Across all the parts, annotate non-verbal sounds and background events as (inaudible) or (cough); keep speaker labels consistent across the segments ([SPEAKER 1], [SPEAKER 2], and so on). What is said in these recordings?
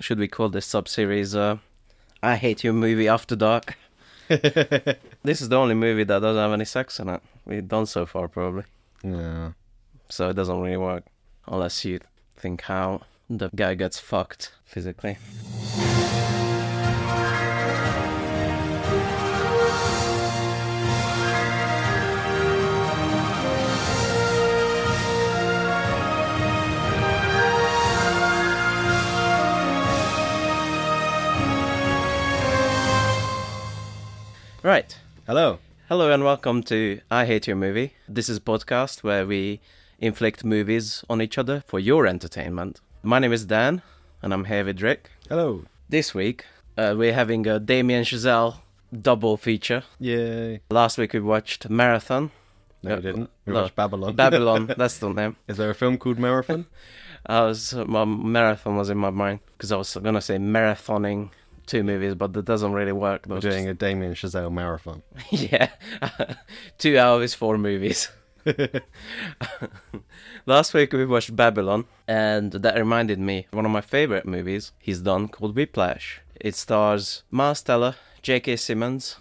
[SPEAKER 1] should we call this sub-series uh, I Hate You Movie After Dark? this is the only movie that doesn't have any sex in it. We've done so far, probably.
[SPEAKER 2] Yeah.
[SPEAKER 1] So it doesn't really work. Unless you think how the guy gets fucked physically. Right.
[SPEAKER 2] Hello.
[SPEAKER 1] Hello and welcome to I Hate Your Movie. This is a podcast where we inflict movies on each other for your entertainment. My name is Dan and I'm here with Rick.
[SPEAKER 2] Hello.
[SPEAKER 1] This week uh, we're having a Damien Chazelle double feature.
[SPEAKER 2] Yay.
[SPEAKER 1] Last week we watched
[SPEAKER 2] (laughs)
[SPEAKER 1] Marathon.
[SPEAKER 2] No,
[SPEAKER 1] Uh,
[SPEAKER 2] we didn't. We
[SPEAKER 1] no.
[SPEAKER 2] watched (laughs) Babylon.
[SPEAKER 1] Babylon, that's the name.
[SPEAKER 2] Is there a film called (laughs) Marathon?
[SPEAKER 1] I was my marathon was in my mind because I was gonna say marathoning two movies, but that doesn't really work.
[SPEAKER 2] We're
[SPEAKER 1] though.
[SPEAKER 2] doing a Damien Chazelle marathon.
[SPEAKER 1] yeah, (laughs) two hours, four movies. (laughs) Last week we watched Babylon, and that reminded me of one of my favorite movies he's done called Whiplash. It stars Miles Teller, J.K. Simmons.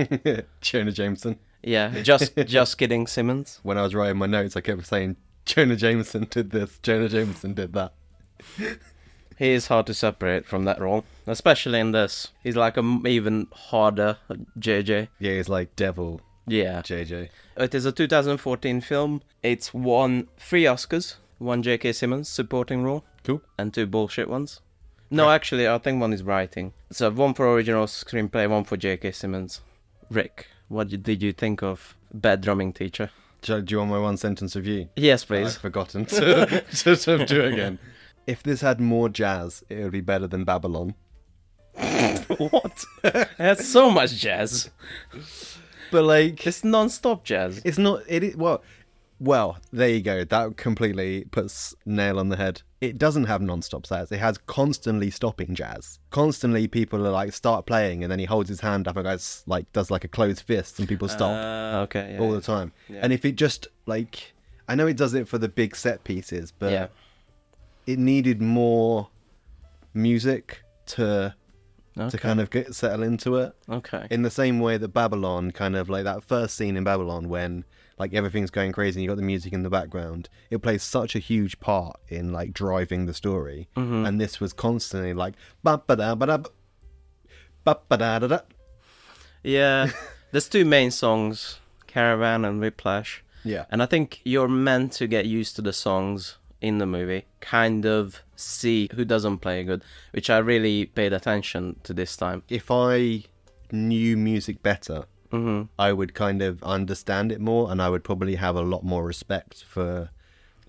[SPEAKER 2] (laughs) Jonah Jameson.
[SPEAKER 1] Yeah, just just kidding, Simmons.
[SPEAKER 2] When I was writing my notes, I kept saying Jonah Jameson did this. Jonah Jameson did that.
[SPEAKER 1] He is hard to separate from that role, especially in this. He's like an even harder JJ.
[SPEAKER 2] Yeah, he's like Devil
[SPEAKER 1] Yeah.
[SPEAKER 2] JJ.
[SPEAKER 1] It is a 2014 film. It's won three Oscars, one J.K. Simmons supporting role,
[SPEAKER 2] Cool.
[SPEAKER 1] and two bullshit ones. No, actually, I think one is writing. So one for original screenplay, one for J.K. Simmons. Rick, what did- did you think of Bad Drumming Teacher?
[SPEAKER 2] Do, do you want my one sentence review?
[SPEAKER 1] Yes,
[SPEAKER 2] I've
[SPEAKER 1] please.
[SPEAKER 2] forgotten to, (laughs) to, to do it again. If this had more jazz, it would be better than (laughs) Babylon.
[SPEAKER 1] what? That's so much jazz.
[SPEAKER 2] But like,
[SPEAKER 1] It's non-stop jazz.
[SPEAKER 2] It's not. It is well. Well, there you go. That completely puts nail on the head. It doesn't have non-stop jazz. It has constantly stopping jazz. Constantly, people are like start playing, and then he holds his hand up and goes like does like a closed fist, and people stop
[SPEAKER 1] Uh, okay. yeah,
[SPEAKER 2] all
[SPEAKER 1] yeah.
[SPEAKER 2] the time. And if it just like, I know it does it for the big set pieces, but
[SPEAKER 1] yeah.
[SPEAKER 2] it needed more music to
[SPEAKER 1] Okay.
[SPEAKER 2] to kind of get settle into it
[SPEAKER 1] okay.
[SPEAKER 2] in the same way that Babylon kind of like that first scene in Babylon when like everything's going crazy and you got the music in the background it plays such a huge part in like driving the story and this was constantly like ba ba da ba da ba ba da da da
[SPEAKER 1] (laughs) Yeah, there's two main songs, Caravan and Whiplash.
[SPEAKER 2] Yeah.
[SPEAKER 1] And I think you're meant to get used to the songs in the movie, kind of see who doesn't play good, which I really paid attention to this time.
[SPEAKER 2] if I knew music better I would kind of understand it more and I would probably have a lot more respect for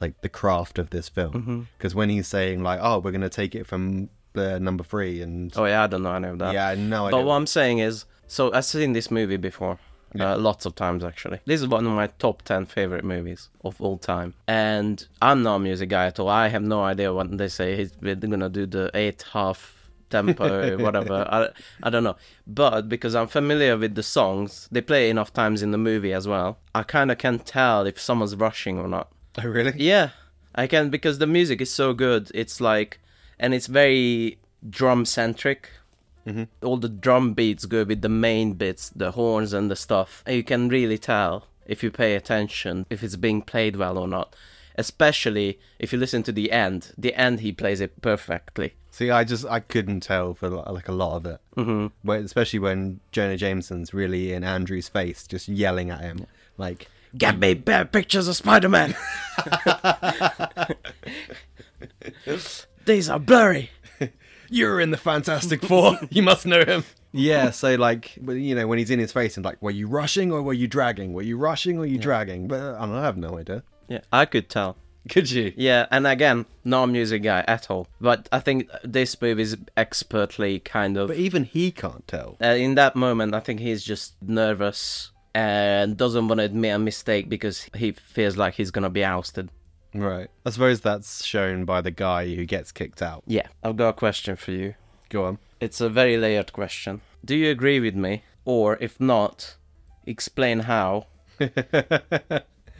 [SPEAKER 2] like the craft of this film because when he's saying like oh we're going to take it from the number 3 and
[SPEAKER 1] Oh yeah, I don't know any of that.
[SPEAKER 2] Yeah, no
[SPEAKER 1] But
[SPEAKER 2] idea.
[SPEAKER 1] what I'm saying is, so I've seen this movie before, uh, lots of times actually. This is one of my top ten favorite movies of all time, and I'm not a music guy at all. I have no idea what they say. He's they're gonna do the eight half (laughs) tempo, whatever. I I don't know. But because I'm familiar with the songs, they play enough times in the movie as well. I kind of can tell if someone's rushing or not.
[SPEAKER 2] (laughs) oh really
[SPEAKER 1] Yeah, I can because the music is so good. It's like, and it's very drum centric. All the drum beats go with the main bits, the horns and the stuff. And you can really tell if you pay attention if it's being played well or not. Especially if you listen to the end. The end, he plays it perfectly.
[SPEAKER 2] See, I just I couldn't tell for li- like a lot of it, mm-hmm. especially when Jonah Jameson's really in Andrew's face, just yelling at him, like
[SPEAKER 1] Get me bare pictures of Spider (laughs) Man! These are blurry!
[SPEAKER 2] "You're in the Fantastic (laughs) Four, you must know him." Yeah, (laughs) so like but, you know when he's in his face and like, were you rushing or were you dragging? Were you rushing or you dragging? But uh, I, don't know, I have no idea.
[SPEAKER 1] Yeah, I could tell.
[SPEAKER 2] (laughs) Could you?
[SPEAKER 1] Yeah, and again, not a music guy at all. But I think this movie is expertly kind of.
[SPEAKER 2] But even he can't tell.
[SPEAKER 1] Uh, in that moment, I think he's just nervous and doesn't want to admit a mistake because he feels like he's going to be ousted.
[SPEAKER 2] Right. I suppose that's shown by the guy who gets kicked out.
[SPEAKER 1] Yeah, I've got a question for you.
[SPEAKER 2] Go (laughs) on.
[SPEAKER 1] It's a very layered question. Do you agree with me? Or if not, explain (laughs) how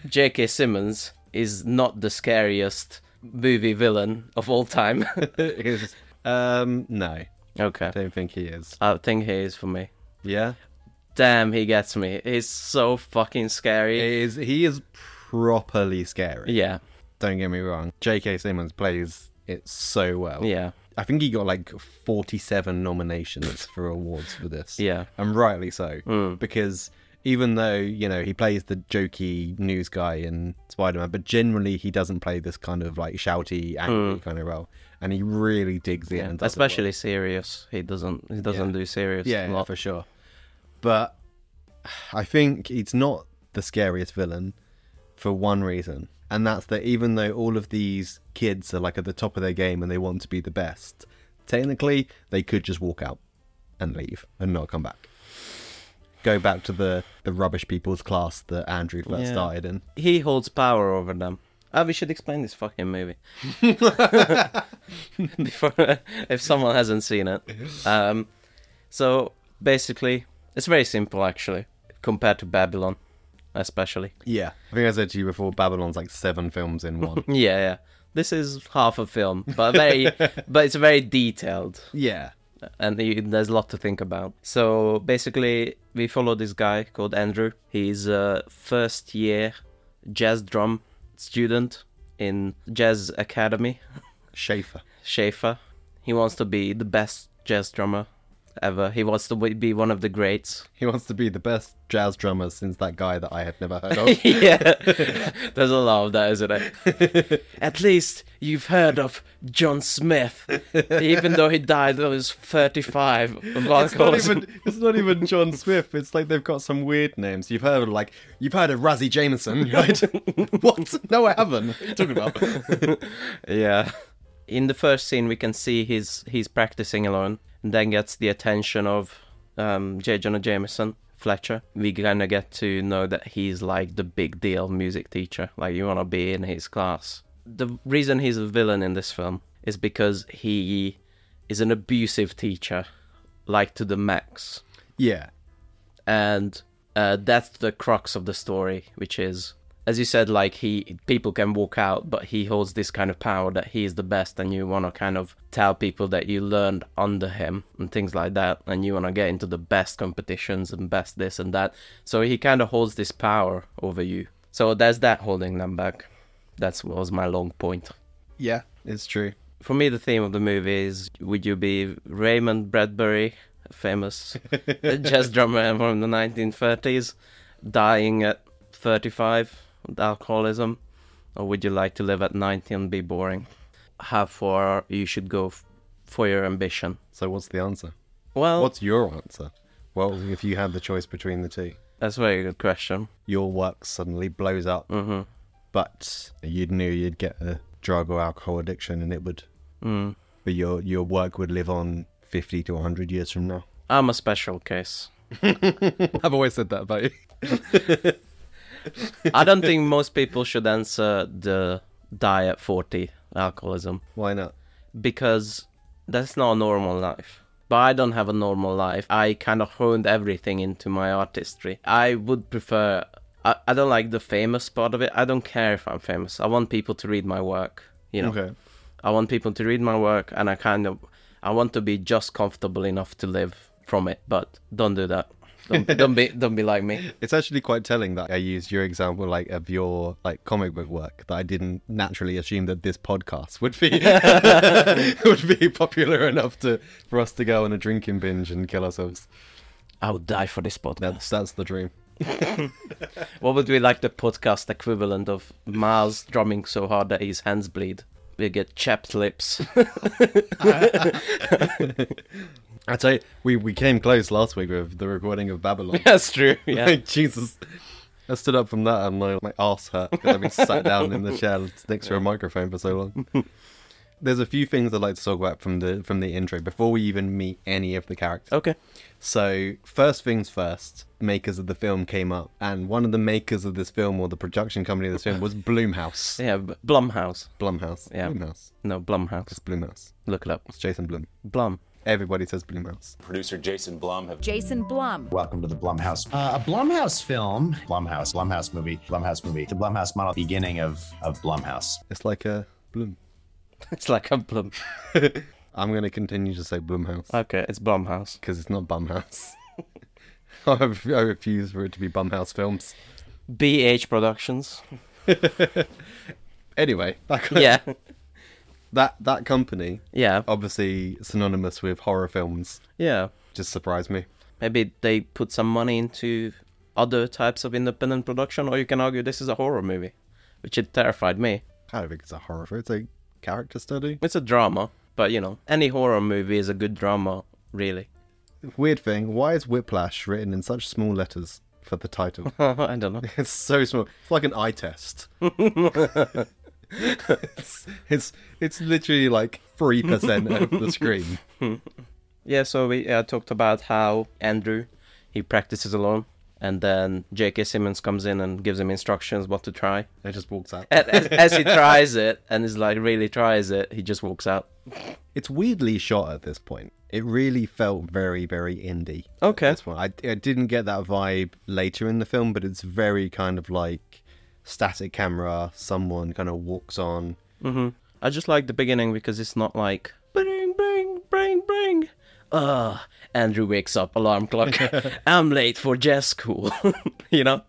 [SPEAKER 1] J.K. Simmons is not the scariest movie villain of all time.
[SPEAKER 2] Here's- Um, no,
[SPEAKER 1] (laughs) Okay.
[SPEAKER 2] don't think he is.
[SPEAKER 1] I think he is for me.
[SPEAKER 2] Yeah,
[SPEAKER 1] Damn, he gets me. He's so fucking
[SPEAKER 2] he
[SPEAKER 1] scary.
[SPEAKER 2] is. He is properly scary.
[SPEAKER 1] Yeah,
[SPEAKER 2] Don't get me wrong. J.K. Simmons plays it so well.
[SPEAKER 1] yeah,
[SPEAKER 2] I think he got like 47 nominations for awards for this.
[SPEAKER 1] Yeah. Mm.
[SPEAKER 2] And rightly so. Because even though, you know, he plays the jokey news guy in Spider Man, but generally he doesn't play this kind of like shouty, angry kind of role. And he really digs in.
[SPEAKER 1] Mm. yeah.
[SPEAKER 2] And does it well.
[SPEAKER 1] Especially serious. He doesn't. He doesn't do serious.
[SPEAKER 2] Yeah,
[SPEAKER 1] a
[SPEAKER 2] yeah,
[SPEAKER 1] lot.
[SPEAKER 2] for sure. But I think it's not the scariest villain for one reason, and that's that even though all of these kids are like at the top of their game and they want to be the best, technically they could just walk out and leave and not come back. Go back to the the rubbish people's class that Andrew first
[SPEAKER 1] Yeah.
[SPEAKER 2] started in.
[SPEAKER 1] He holds power over them. Ah, we should explain this fucking
[SPEAKER 2] (laughs)
[SPEAKER 1] movie (laughs) before if someone hasn't seen it. Um, so basically, it's very simple actually compared to Babylon, especially.
[SPEAKER 2] Yeah, I think I said to you before, Babylon's like seven films in one.
[SPEAKER 1] Yeah, yeah. This is half a film, but very, but it's very detailed.
[SPEAKER 2] (laughs) yeah,
[SPEAKER 1] and he, there's a lot to think about. So basically, we follow this guy called Andrew. He's a first year jazz drum student in Jazz Academy,
[SPEAKER 2] Schaefer.
[SPEAKER 1] Schaefer. He wants to be the best jazz drummer ever. He wants to be one of the greats. (laughs)
[SPEAKER 2] He wants to be the best jazz drummer since that guy that I had never heard (laughs) of.
[SPEAKER 1] yeah, (laughs) there's a lot of that, isn't it? (laughs) At least you've heard of John Smith, (laughs) even though he died when he was 35 of
[SPEAKER 2] It's
[SPEAKER 1] alcoholism.
[SPEAKER 2] not, even, it's not even John Swift. It's like they've got some weird names. You've heard of like you've heard of Razzie (laughs) Jameson, right? what? No, I haven't. What are you talking (laughs) about?
[SPEAKER 1] Yeah. In the first scene, we can see he's he's practicing alone, and then gets the attention of um, J. Jonah Jameson Fletcher. We kind of get to know that he's like the big deal music teacher. Like you want to be in his class. The reason he's a villain in this film is because he is an abusive teacher, like to the max
[SPEAKER 2] yeah,
[SPEAKER 1] and uh, that's the crux of the story, which is, as you said, like he people can walk out, but he holds this kind of power that he is the best, and you want to kind of tell people that you learned under him and things like that, and you want to get into the best competitions and best this and that. So he kind of holds this power over you. So there's that holding them back. That was my long point.
[SPEAKER 2] yeah, it's true.
[SPEAKER 1] For me, the theme of the movie is: Would you be Raymond Bradbury, a famous jazz drummer from the 1930s, dying at 35 with alcoholism, or would you like to live at 90 and be boring? How far you should go f- for your ambition?
[SPEAKER 2] So what's the answer?
[SPEAKER 1] Well,
[SPEAKER 2] What's your answer? Well, if you had the choice between the two,
[SPEAKER 1] that's a very good question.
[SPEAKER 2] your work suddenly blows up, mm-hmm. but you'd knew you'd get a drug or alcohol addiction, and it would. Mm. But your your work would live on fifty to hundred years from now.
[SPEAKER 1] I'm a special case.
[SPEAKER 2] I've always said that about you.
[SPEAKER 1] I don't think most people should answer the die at 40 alcoholism.
[SPEAKER 2] Why not?
[SPEAKER 1] because that's not a normal life. But I don't have a normal life. I kind of honed everything into my artistry. I would prefer. I, I don't like the famous part of it. I don't care if I'm famous. I want people to read my work. You know,
[SPEAKER 2] Okay.
[SPEAKER 1] I want people to read my work, and I kind of, I want to be just comfortable enough to live from it. But don't do that. Don't, don't be, don't be like me.
[SPEAKER 2] It's actually quite telling that I used your example, like of your like comic book work, that I didn't naturally assume that this podcast would be (laughs) would be popular enough to for us to go on a drinking binge and kill ourselves.
[SPEAKER 1] I would die for this podcast.
[SPEAKER 2] That's that's the dream.
[SPEAKER 1] What would be like the podcast equivalent of Mars drumming so hard that his hands bleed? We get chapped lips.
[SPEAKER 2] I tell you, we we came close last week with the recording of Babylon.
[SPEAKER 1] That's true. (laughs) Yeah.
[SPEAKER 2] Like, (laughs) Jesus. I stood up from that and my, my ass hurt because I've been sat down in the chair next to a microphone for so long. There's a few things I'd like to talk about from the from the intro before we even meet any of the characters.
[SPEAKER 1] okay.
[SPEAKER 2] So, first things first, makers of the film came up, and one of the makers of this film or the production company of this film was
[SPEAKER 1] (laughs)
[SPEAKER 2] Bloomhouse.
[SPEAKER 1] Yeah. B- Blumhouse.
[SPEAKER 2] Blumhouse.
[SPEAKER 1] Yeah.
[SPEAKER 2] Bloomhouse.
[SPEAKER 1] No, Blumhouse.
[SPEAKER 2] It's Bloomhouse.
[SPEAKER 1] Look it up.
[SPEAKER 2] It's Jason Blum.
[SPEAKER 1] Blum. (laughs)
[SPEAKER 2] Everybody says Bloomhouse.
[SPEAKER 3] Producer Jason Blum have
[SPEAKER 4] Jason Blum.
[SPEAKER 5] Welcome to the Blumhouse. Uh, a Blumhouse film. Blumhouse, Blumhouse movie, Blumhouse movie. The Blumhouse model, beginning of, of Blumhouse.
[SPEAKER 2] It's like a Bloom.
[SPEAKER 1] It's like a Blum.
[SPEAKER 2] I'm going to continue to say Blumhouse
[SPEAKER 1] Okay, it's Blumhouse.
[SPEAKER 2] because it's not Bumhouse. (laughs) I ref- I refuse for it to be Bumhouse Films.
[SPEAKER 1] BH Productions. (laughs)
[SPEAKER 2] Anyway, back on
[SPEAKER 1] Yeah,
[SPEAKER 2] that that company
[SPEAKER 1] yeah,
[SPEAKER 2] obviously synonymous with horror films.
[SPEAKER 1] yeah.
[SPEAKER 2] Just surprised me.
[SPEAKER 1] Maybe they put some money into other types of independent production, or you can argue this is a horror movie, which it terrified me.
[SPEAKER 2] I don't think it's a horror film. It's a character study.
[SPEAKER 1] It's a drama, but you know, any horror movie is a good drama, really.
[SPEAKER 2] Weird thing. Why is Whiplash written in such small letters for the title?
[SPEAKER 1] (laughs) I don't know.
[SPEAKER 2] (laughs) It's so small. It's like an eye (laughs) test. it's, it's it's literally like three percent of the screen.
[SPEAKER 1] Yeah, so we uh, talked about how Andrew he practices alone, and then J.K. Simmons comes in and gives him instructions what to try.
[SPEAKER 2] It just walks out.
[SPEAKER 1] And as, as he tries it, and is like really tries it, he just walks out.
[SPEAKER 2] It's weirdly shot at this point. It really felt very very indie.
[SPEAKER 1] Okay.
[SPEAKER 2] This one, I, I didn't get that vibe later in the film, but it's very kind of like static camera. Someone kind of walks on.
[SPEAKER 1] I just like the beginning because it's not like bring, bring, bring, bring. Ugh. Andrew wakes up, alarm clock. I'm late for jazz school. (laughs) you know?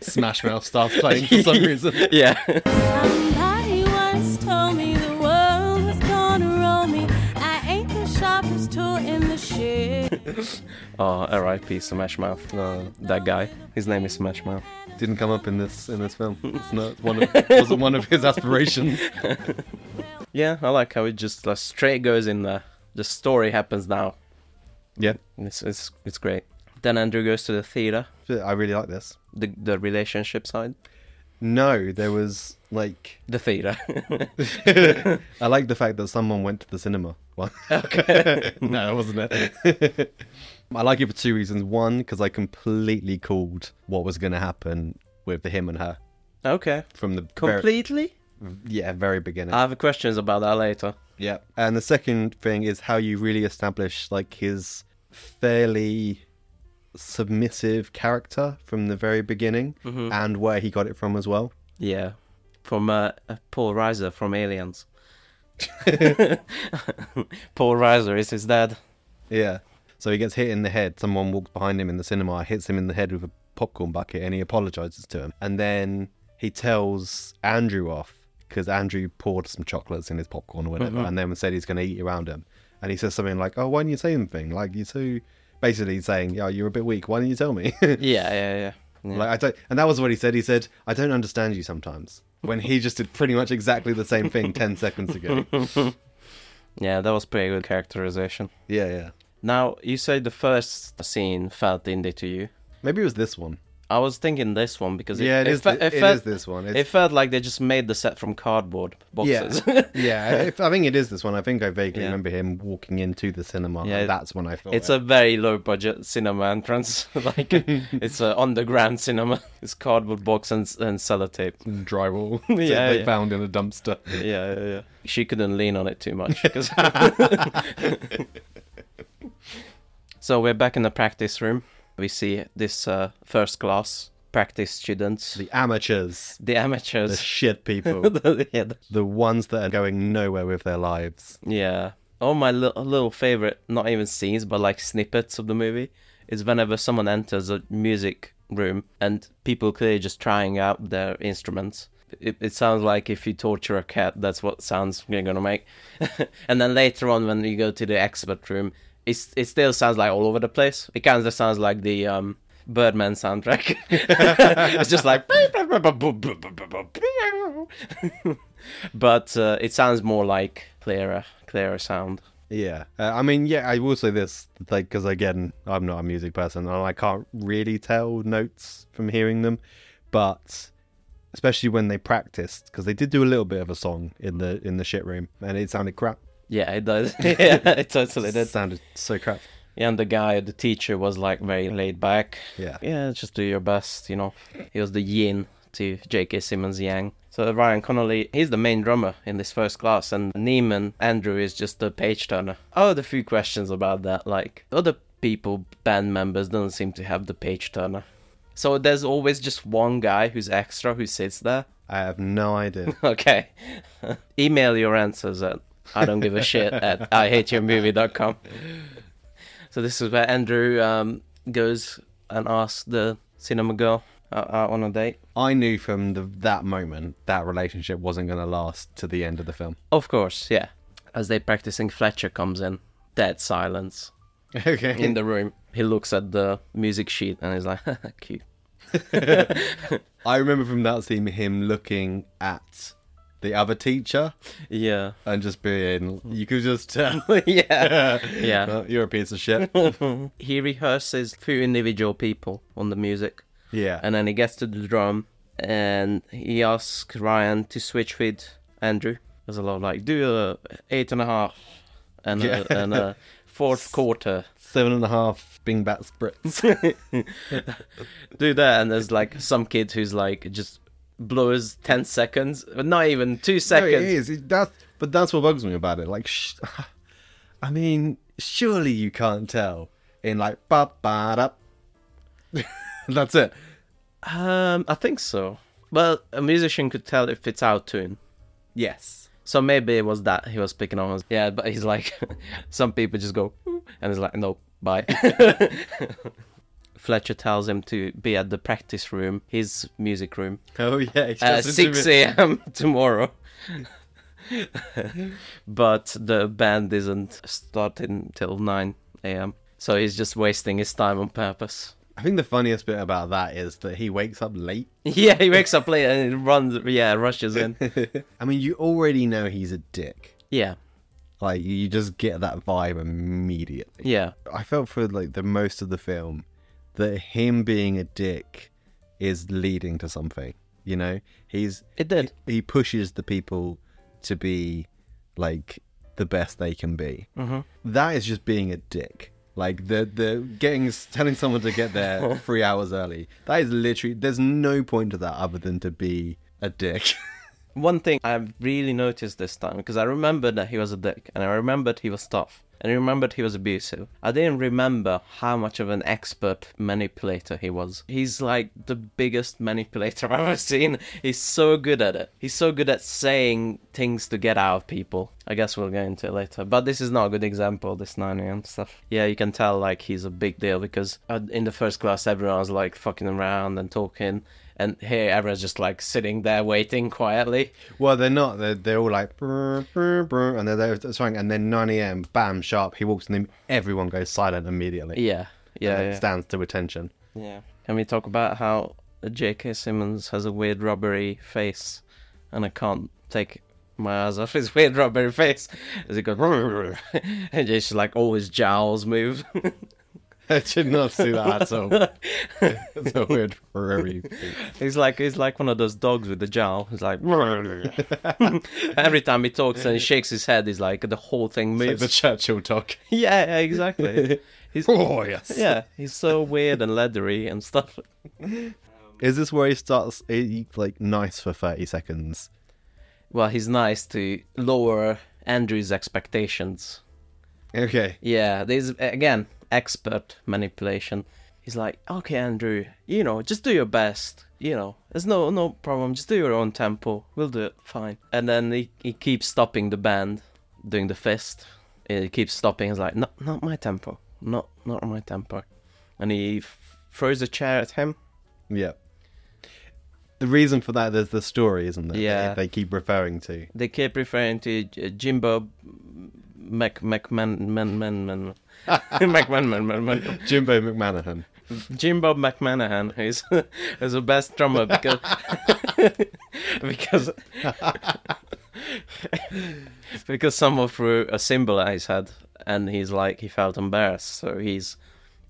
[SPEAKER 2] Smash Mouth starts playing for (laughs) some reason.
[SPEAKER 1] Yeah.
[SPEAKER 3] Somebody once told me the world was gonna roll me. I ain't the sharpest tool in the shed.
[SPEAKER 1] Oh, R.I.P. Smash Mouth.
[SPEAKER 2] Uh,
[SPEAKER 1] That guy. His name is Smash Mouth.
[SPEAKER 2] didn't come up in this in this film. It's not one of wasn't one of his aspirations.
[SPEAKER 1] Yeah, I like how it just like, straight goes in there. The story happens now.
[SPEAKER 2] Yeah,
[SPEAKER 1] And It's, it's, it's great. Then Andrew goes to the theater,
[SPEAKER 2] I really like this.
[SPEAKER 1] the, the relationship side.
[SPEAKER 2] No, there was like
[SPEAKER 1] The theater. (laughs)
[SPEAKER 2] I like the fact that someone went to the cinema. (laughs) Well, no, that wasn't it. I like it for two reasons. One, because I completely called what was going to happen with the him and her
[SPEAKER 1] okay.
[SPEAKER 2] from the very,
[SPEAKER 1] Completely?
[SPEAKER 2] yeah very beginning.
[SPEAKER 1] I have questions about that later.
[SPEAKER 2] yeah, and the second thing is how you really establish like his fairly submissive character from the very beginning and where he got it from as well.
[SPEAKER 1] Yeah, from uh, uh, Paul Reiser from Aliens. (laughs) Paul Reiser is his dad.
[SPEAKER 2] Yeah. So he gets hit in the head. Someone walks behind him in the cinema, hits him in the head with a popcorn bucket, and he apologizes to him. And then he tells Andrew off because Andrew poured some chocolates in his popcorn or whatever, and then said he's going to eat around him. And he says something like, "Oh, why didn't you say anything? Like you're so basically saying, yeah, you're a bit weak. Why didn't you tell me?" (laughs)
[SPEAKER 1] Yeah, yeah, yeah. yeah.
[SPEAKER 2] Like I don't, and that was what he said. He said, "I don't understand you sometimes." When he just did pretty much exactly the same thing ten
[SPEAKER 1] (laughs)
[SPEAKER 2] seconds ago.
[SPEAKER 1] Yeah, that was pretty good characterization.
[SPEAKER 2] Yeah, yeah.
[SPEAKER 1] Now, you say the first scene felt indie to you.
[SPEAKER 2] Maybe it was this one.
[SPEAKER 1] I was thinking this one because it,
[SPEAKER 2] Yeah, it is
[SPEAKER 1] fe-
[SPEAKER 2] thi- it
[SPEAKER 1] felt,
[SPEAKER 2] is this one. It's-
[SPEAKER 1] It felt like they just made the set from cardboard boxes.
[SPEAKER 2] (laughs) Yeah, yeah.
[SPEAKER 1] (laughs)
[SPEAKER 2] If, I think it is this one. I think I vaguely
[SPEAKER 1] Yeah.
[SPEAKER 2] remember him walking into the cinema.
[SPEAKER 1] Yeah,
[SPEAKER 2] and that's when I thought
[SPEAKER 1] It's
[SPEAKER 2] it.
[SPEAKER 1] a very low budget cinema entrance. (laughs) like it's an underground cinema. It's cardboard box and, and sellotape.
[SPEAKER 2] (laughs) drywall
[SPEAKER 1] (laughs) Yeah,
[SPEAKER 2] that they
[SPEAKER 1] yeah.
[SPEAKER 2] found in a dumpster.
[SPEAKER 1] yeah, yeah, yeah. She couldn't lean on it too (laughs) much. 'cause- so we're back in the practice room. We see this uh, first class practice students, the,
[SPEAKER 2] The amateurs, the
[SPEAKER 1] amateurs.
[SPEAKER 2] shit people,
[SPEAKER 1] (laughs) yeah, the-
[SPEAKER 2] the ones that are going nowhere with their
[SPEAKER 1] (laughs)
[SPEAKER 2] lives.
[SPEAKER 1] yeah. All my li- little favorite, not even scenes, but like snippets of the movie, is whenever someone enters a music room and people clearly just trying out their instruments. It, it sounds like if you torture a cat, that's what sounds you're gonna make. (laughs) and then later on, when you go to the expert room, it's, it still sounds like all over the place. It kind of sounds like the um, Birdman soundtrack. (laughs) it's just like, but uh, it sounds more like clearer, clearer sound.
[SPEAKER 2] Yeah, uh, I mean, yeah. I will say this, like, because again, I'm not a music person, and I can't really tell notes from hearing them, but especially when they practiced, because they did do a little bit of a song in the in the shit room, and it sounded crap.
[SPEAKER 1] Yeah, it does. (laughs) yeah, it totally
[SPEAKER 2] It
[SPEAKER 1] does.
[SPEAKER 2] sounded so crap.
[SPEAKER 1] And the guy, the teacher, was like very laid back.
[SPEAKER 2] Yeah.
[SPEAKER 1] Yeah, just do your best, you know. He was the yin to J.K. Simmons Yang. So Ryan Connolly, he's the main drummer in this first class, and Neiman Andrew is just the page turner. Oh, the few questions about that, like other people, band members, don't seem to have the page turner. So there's always just one guy who's extra who sits there.
[SPEAKER 2] (laughs)
[SPEAKER 1] (laughs)
[SPEAKER 2] I have no idea.
[SPEAKER 1] Okay. Email your answers at I don't give a shit at ihateyourmovie.com. So this is where Andrew um, goes and asks the cinema girl uh, out on a date.
[SPEAKER 2] I knew from the, that moment that relationship wasn't going to last to the end of the film.
[SPEAKER 1] Of course, yeah. As they're practicing, Fletcher comes in. Dead silence
[SPEAKER 2] (laughs) Okay.
[SPEAKER 1] in the room. He looks at the music sheet and he's like, (laughs) cute.
[SPEAKER 2] I remember from that scene him looking at the other teacher
[SPEAKER 1] Yeah. (laughs)
[SPEAKER 2] and just being, you could just tell. (laughs)
[SPEAKER 1] yeah. Yeah.
[SPEAKER 2] "Well, You're a piece of shit.
[SPEAKER 1] He rehearses few individual people on the music.
[SPEAKER 2] yeah.
[SPEAKER 1] And then he gets to the drum and he asks Ryan to switch with Andrew. There's a lot of like, do a eight and a half and,
[SPEAKER 2] Yeah.
[SPEAKER 1] a, and
[SPEAKER 2] (laughs)
[SPEAKER 1] a fourth quarter. (laughs)
[SPEAKER 2] seven and a half bingbats (laughs) Brits.
[SPEAKER 1] do that and there's like some kid who's like just blows 10 seconds but not even two
[SPEAKER 2] No, it
[SPEAKER 1] seconds
[SPEAKER 2] is. It- that's, but that's what bugs me about it. Like, sh- (sighs) I mean, surely you can't tell in like ba ba da. (laughs) that's it.
[SPEAKER 1] um i think so well a musician could tell if it's out tune
[SPEAKER 2] Yes.
[SPEAKER 1] so maybe it was that he was picking on us yeah but he's like (laughs) some people just go "Ooh," and it's like no bye (laughs) fletcher tells him to be at the practice room his music room
[SPEAKER 2] Oh yeah. it's
[SPEAKER 1] at
[SPEAKER 2] just a
[SPEAKER 1] 6
[SPEAKER 2] bit-
[SPEAKER 1] a.m. (laughs) tomorrow. but the band isn't starting till 9 a.m. So he's just wasting his time on purpose. (laughs)
[SPEAKER 2] I think the funniest bit about that is that he wakes up late.
[SPEAKER 1] Yeah, he wakes up late and he runs, yeah, rushes in.
[SPEAKER 2] I mean, you already know he's a dick.
[SPEAKER 1] Yeah,
[SPEAKER 2] Like you just get that vibe immediately.
[SPEAKER 1] yeah,
[SPEAKER 2] I felt for like the most of the film that him being a dick is leading to something. You know, he's
[SPEAKER 1] it did.
[SPEAKER 2] he pushes the people to be like the best they can be. Mm-hmm. is just being a dick. Like the the getting telling someone to get there
[SPEAKER 1] (laughs)
[SPEAKER 2] three hours early. That is literally. There's no point to that other than to be a dick. (laughs)
[SPEAKER 1] One thing I really noticed this time, because I remembered that he was a dick, and I remembered he was tough, and I remembered he was abusive. I didn't remember how much of an expert manipulator he was. He's like the biggest manipulator (laughs) I've ever seen. He's so good at it. He's so good at saying things to get out of people. I guess we'll get into it later. But this is not a good example, this 9 a.m. stuff. Yeah, you can tell like he's a big deal because uh, in the first class, everyone was like fucking around and talking. And here, everyone's just like sitting there waiting quietly.
[SPEAKER 2] well, they're not. They're, they're all like brr, brr, brr, and they're there sorry, and then 9 a.m. Bam, sharp. He walks in. and Everyone goes silent immediately.
[SPEAKER 1] Yeah, yeah,
[SPEAKER 2] and it
[SPEAKER 1] yeah.
[SPEAKER 2] stands to attention.
[SPEAKER 1] yeah. Can we talk about how J.K. Simmons has a weird rubbery face, and I can't take my eyes off his (laughs) weird rubbery face as he goes, (laughs) and just like all his jowls move.
[SPEAKER 2] (laughs)
[SPEAKER 1] (laughs)
[SPEAKER 2] I did not see that at all. it's a weird furry.
[SPEAKER 1] he's like he's like one of those dogs with the jowl. He's like (laughs) every time he talks and he shakes his head, he's like the whole thing
[SPEAKER 2] Like
[SPEAKER 1] moves.
[SPEAKER 2] the Churchill dog.
[SPEAKER 1] (laughs) yeah, yeah, exactly. He's
[SPEAKER 2] Oh yes.
[SPEAKER 1] yeah, he's so weird and leathery and stuff.
[SPEAKER 2] Is this where he starts he, like nice for thirty seconds?
[SPEAKER 1] Well, he's nice to lower Andrew's expectations.
[SPEAKER 2] Okay.
[SPEAKER 1] Yeah, there's again expert manipulation. He's like, okay, Andrew, you know, just do your best. You know, there's no no problem. Just do your own tempo. We'll do it fine. And then he, he keeps stopping the band, doing the fist. He keeps stopping. He's like, not not my tempo. Not not my tempo. And he f- throws a chair at him.
[SPEAKER 2] Yeah. The reason for that is the story, isn't there?
[SPEAKER 1] Yeah.
[SPEAKER 2] They, they keep referring to.
[SPEAKER 1] They keep referring to J- Jimbo Mac McMan Man Man Man (laughs) McMan Man Man Man.
[SPEAKER 2] Jimbo McManahan.
[SPEAKER 1] Jim Bob McManahan, who's (laughs) is the best drummer because (laughs) because (laughs) because someone threw a cymbal at his head and he's like he felt embarrassed, so he's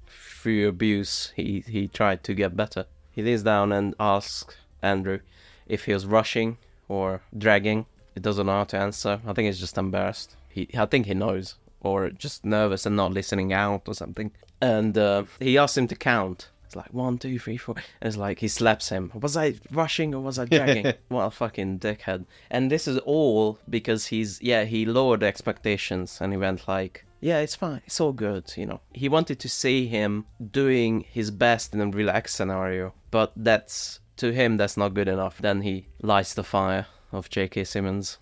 [SPEAKER 1] through abuse he he tried to get better. He lays down and asks Andrew if he was rushing or dragging. It doesn't know how to answer. I think he's just embarrassed. He I think he knows or just nervous and not listening out or something. And uh, he asks him to count. It's like one, two, three, four. And it's like he slaps him. Was I rushing or was I dragging? what a fucking dickhead. And this is all because he's, yeah, he lowered expectations and he went like, yeah, it's fine. It's all good, you know. He wanted to see him doing his best in a relaxed scenario, but that's, to him, that's not good enough. Then he lights the fire of J.K. Simmons.